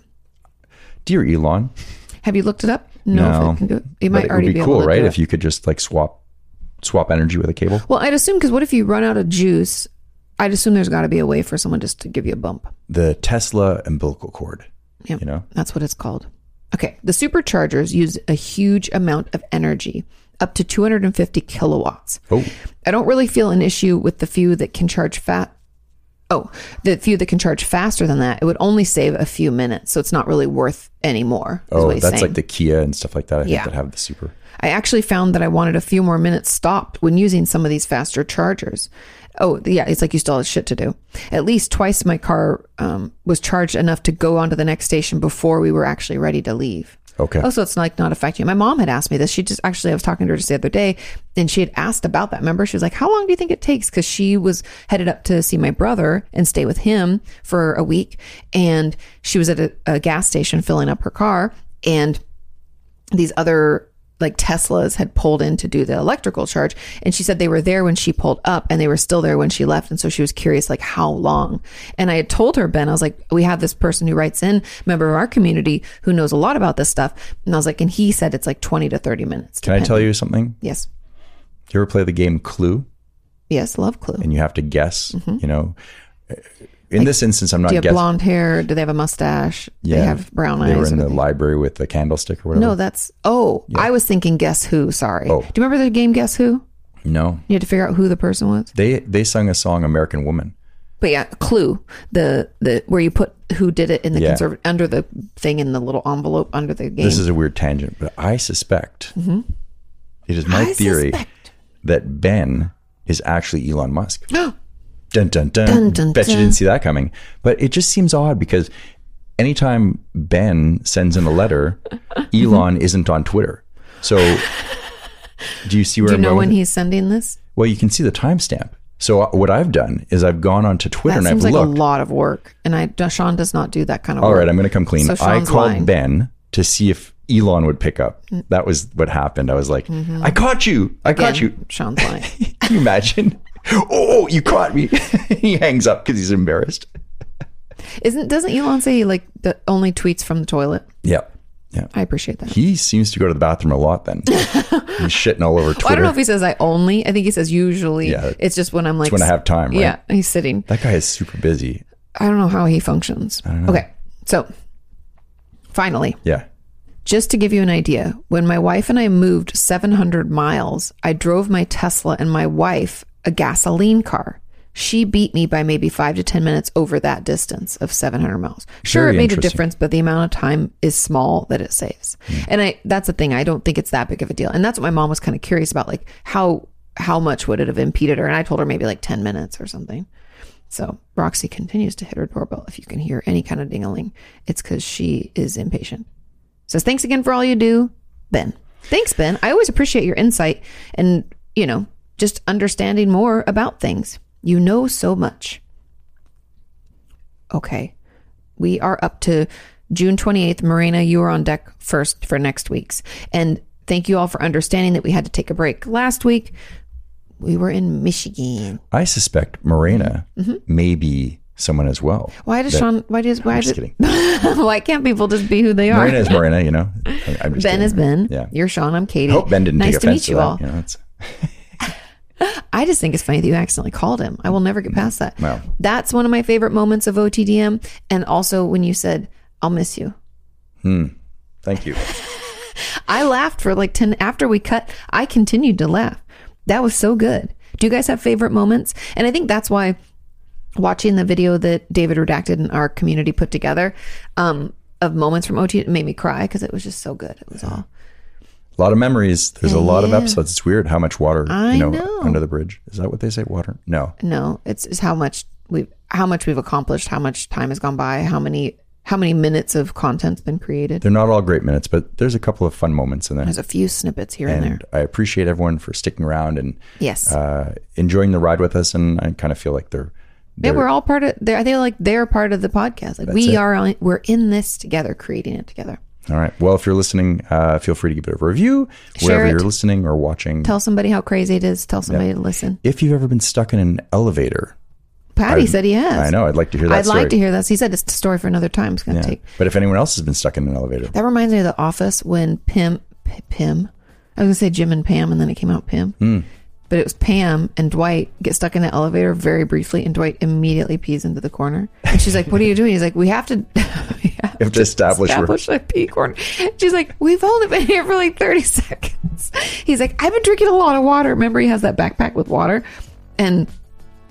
S2: Dear Elon,
S1: Have you looked it up? No,
S2: No.
S1: If it can do it. It
S2: But
S1: might
S2: it
S1: already
S2: would
S1: be,
S2: be, cool,
S1: able to
S2: right?
S1: do
S2: If you could just like swap swap energy with a cable.
S1: well, I'd assume because what if you run out of juice? I'd assume there's got to be a way for someone just to give you a bump.
S2: The Tesla umbilical cord.
S1: Yeah.
S2: You know?
S1: That's what it's called. Okay. The superchargers use a huge amount of energy, up to 250 kilowatts.
S2: Oh,
S1: I don't really feel an issue with the few that can charge fat Oh, the few that can charge faster than that, it would only save a few minutes. So it's not really worth any more. is
S2: Oh,
S1: what he's
S2: that's
S1: saying.
S2: like the Kia and stuff like that. I think
S1: Yeah.
S2: that have the super.
S1: I actually found that I wanted a few more minutes stopped when using some of these faster chargers. Oh, yeah, it's like you still have shit to do. At least twice my car um, was charged enough to go on to the next station before we were actually ready to leave.
S2: Okay.
S1: Oh, so it's like not affecting you. My mom had asked me this. She just actually, I was talking to her just the other day and she had asked about that. Remember, she was like, How long do you think it takes? Because she was headed up to see my brother and stay with him for a week. And she was at a, a gas station filling up her car. And these other like Teslas had pulled in to do the electrical charge. And she said they were there when she pulled up and they were still there when she left. And so she was curious, like, how long? And I had told her, Ben, I was like, we have this person who writes in, member of our community who knows a lot about this stuff. And I was like, and he said it's like 20 to 30 minutes.
S2: Can I tell you something?
S1: Yes.
S2: Do you ever play the game Clue?
S1: Yes. Love clue.
S2: And you have to guess.
S1: Mm-hmm.
S2: You know, in this instance, I'm not
S1: Do you have
S2: guessing.
S1: blonde hair? Do they have a mustache? Do They have brown
S2: They
S1: eyes.
S2: were in
S1: What
S2: the
S1: do they-
S2: library with the candlestick or whatever.
S1: no, that's, oh, I was thinking Guess Who. Sorry.
S2: Oh.
S1: Do you remember the game Guess Who?
S2: no.
S1: You had to figure out who the person was.
S2: They they sung a song American Woman.
S1: But yeah, Clue, the the where you put who did it in the
S2: Yeah.
S1: conserv under the thing in the little envelope under the game. Mm-hmm.
S2: This is a weird tangent, but I suspect it is my
S1: I
S2: theory
S1: suspect.
S2: that Ben is actually Elon Musk. dun, dun, dun,
S1: dun,
S2: Bet you
S1: dun.
S2: didn't see that coming. But it just seems odd because anytime Ben sends in a letter, Elon isn't on Twitter. So do you see where
S1: Do you
S2: I'm
S1: know
S2: going
S1: when
S2: with-
S1: he's sending this?
S2: Well, you can see the timestamp. So uh, what I've done is I've gone onto Twitter
S1: That
S2: and I've
S1: seems like
S2: looked.
S1: a lot of work, and I Sean does not do that kind of
S2: All
S1: work.
S2: right, I'm going to come clean.
S1: So
S2: I
S1: Sean's
S2: called
S1: lying. Mm.
S2: Ben to see if Elon would pick up. That was what happened. I was like,
S1: Mm-hmm.
S2: I caught you. I
S1: Again,
S2: caught you.
S1: Sean's lying.
S2: Can you imagine? oh, you caught me. he hangs up because he's embarrassed.
S1: Isn't doesn't Elon say he like the only tweets from the toilet?
S2: Yeah. Yeah.
S1: I appreciate that.
S2: He seems to go to the bathroom a lot then. he's shitting all over Twitter.
S1: Well, I don't know if he says I only. I think he says usually.
S2: Yeah.
S1: it's just when I'm like
S2: when I have time, right?
S1: Yeah, he's sitting.
S2: that guy is super busy.
S1: I don't know how he functions. Okay, so finally,
S2: Yeah.
S1: Just to give you an idea, when my wife and I moved 700 miles, I drove my Tesla and my wife a gasoline car. She beat me by maybe five to 10 minutes over that distance of 700 miles. Sure,
S2: Very
S1: it made a
S2: interesting. Hmm.
S1: difference, but the amount of time is small that it saves. And I, that's the thing. I don't think it's that big of a deal. And that's what my mom was kind of curious about. Like how, how much would it have impeded her? And I told her maybe like 10 minutes or something. So Roxy continues to hit her doorbell. If you can hear any kind of ding-a-ling, it's because she is impatient. Says thanks again for all you do, Ben. Thanks, Ben. I always appreciate your insight and you know just understanding more about things. You know so much. Okay, we are up to June twenty eighth. Marina, you are on deck first for next week's, and thank you all for understanding that we had to take a break last week. We were in Michigan.
S2: I suspect Morena
S1: Mm-hmm.
S2: may be someone as well.
S1: Why does Sean? Why does? Why
S2: I'm just
S1: does?
S2: kidding.
S1: Why can't people just be who they are?
S2: Morena is Morena, you know? I- I'm just
S1: ben
S2: kidding.
S1: is Ben.
S2: Yeah.
S1: You're Sean. I'm Katie.
S2: I hope Ben didn't
S1: nice
S2: take
S1: to
S2: offense
S1: meet
S2: to,
S1: you
S2: that.
S1: all.
S2: You know, it's-
S1: I just think it's funny that you accidentally called him. I will never get past that.
S2: Wow.
S1: That's one of my favorite moments of OTDM. And also when you said, I'll miss you.
S2: Thank you.
S1: I laughed for like 10 after we cut. I continued to laugh. That was so good. Do you guys have favorite moments? And I think that's why watching the video that David Redacted and our community put together um, of moments from OT it made me cry because it was just so good. It was all.
S2: A lot of memories. There's a lot of
S1: Yeah.
S2: episodes. It's weird how much water
S1: I
S2: you know,
S1: know.
S2: under the bridge. Is that what they say? Water? No.
S1: No, it's, it's how much we've how much we've accomplished, how much time has gone by, how many how many minutes of content's been created.
S2: They're not all great minutes, but there's a couple of fun moments in there.
S1: There's a few snippets here and, there.
S2: And I appreciate everyone for sticking around and
S1: Yes.
S2: uh, enjoying the ride with us. And I kind of feel like they're,
S1: yeah,
S2: they're-
S1: we're all part of they're I think like they're part of the podcast. Like we are on, we're in this together, creating it together.
S2: all right. Well, if you're listening, uh, feel free to give it a review
S1: Share
S2: wherever
S1: it.
S2: you're listening or watching.
S1: Tell somebody how crazy it is. Tell somebody to listen.
S2: if you've ever been stuck in an elevator,
S1: Patty
S2: I-
S1: said he has.
S2: I know. I'd like to hear that
S1: I'd
S2: story.
S1: like to hear this. He said it's a story for another time. It's gonna
S2: Yeah.
S1: take
S2: But if anyone else has been stuck in an elevator,
S1: that reminds me of the office when Pim P- Pim I was gonna say Jim and Pam and then it came out Pim.
S2: Hmm.
S1: But it was Pam and Dwight get stuck in the elevator very briefly, and Dwight immediately pees into the corner. And she's like, "What are you doing?" He's like, "We have to, we have
S2: if to establish, we're-
S1: establish a pee corner. She's like, we've only been here for like 30 seconds. He's like, I've been drinking a lot of water. Remember, he has that backpack with water. And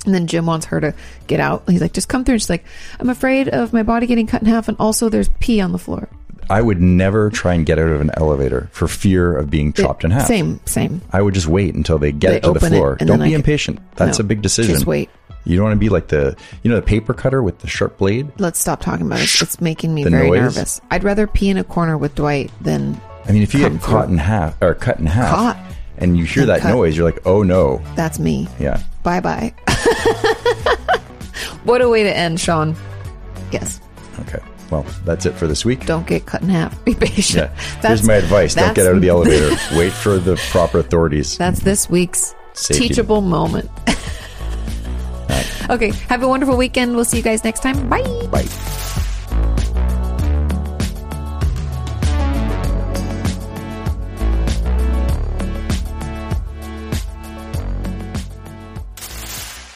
S1: And then Jim wants her to get out. He's like, just come through. And she's like, I'm afraid of my body getting cut in half. And also, there's pee on the floor.
S2: I would never try and get out of an elevator for fear of being chopped in half.
S1: Same, same.
S2: I would just wait until they get
S1: They
S2: it to the
S1: open it,
S2: floor.
S1: and
S2: Don't
S1: then I
S2: be
S1: could-
S2: impatient. That's
S1: No,
S2: a big decision.
S1: just wait.
S2: You don't want to be like the you know the paper cutter with the sharp blade.
S1: Let's stop talking about it. It's making me
S2: The
S1: very
S2: noise.
S1: nervous. I'd rather pee in a corner with Dwight than
S2: I mean, if you
S1: Come
S2: get caught
S1: through.
S2: in half or cut in half,
S1: Caught.
S2: and you hear
S1: And
S2: that
S1: cut.
S2: noise, you're like, oh no,
S1: that's me.
S2: yeah.
S1: Bye bye. what a way to end, Sean. Yes.
S2: Okay, well, that's it for this week.
S1: Don't get cut in half. Be patient.
S2: yeah. Here's my advice: don't get
S1: that's-
S2: out of the elevator. wait for the proper authorities.
S1: That's this week's
S2: Safety.
S1: teachable moment. okay. Have a wonderful weekend. We'll see you guys next time. Bye.
S2: Bye.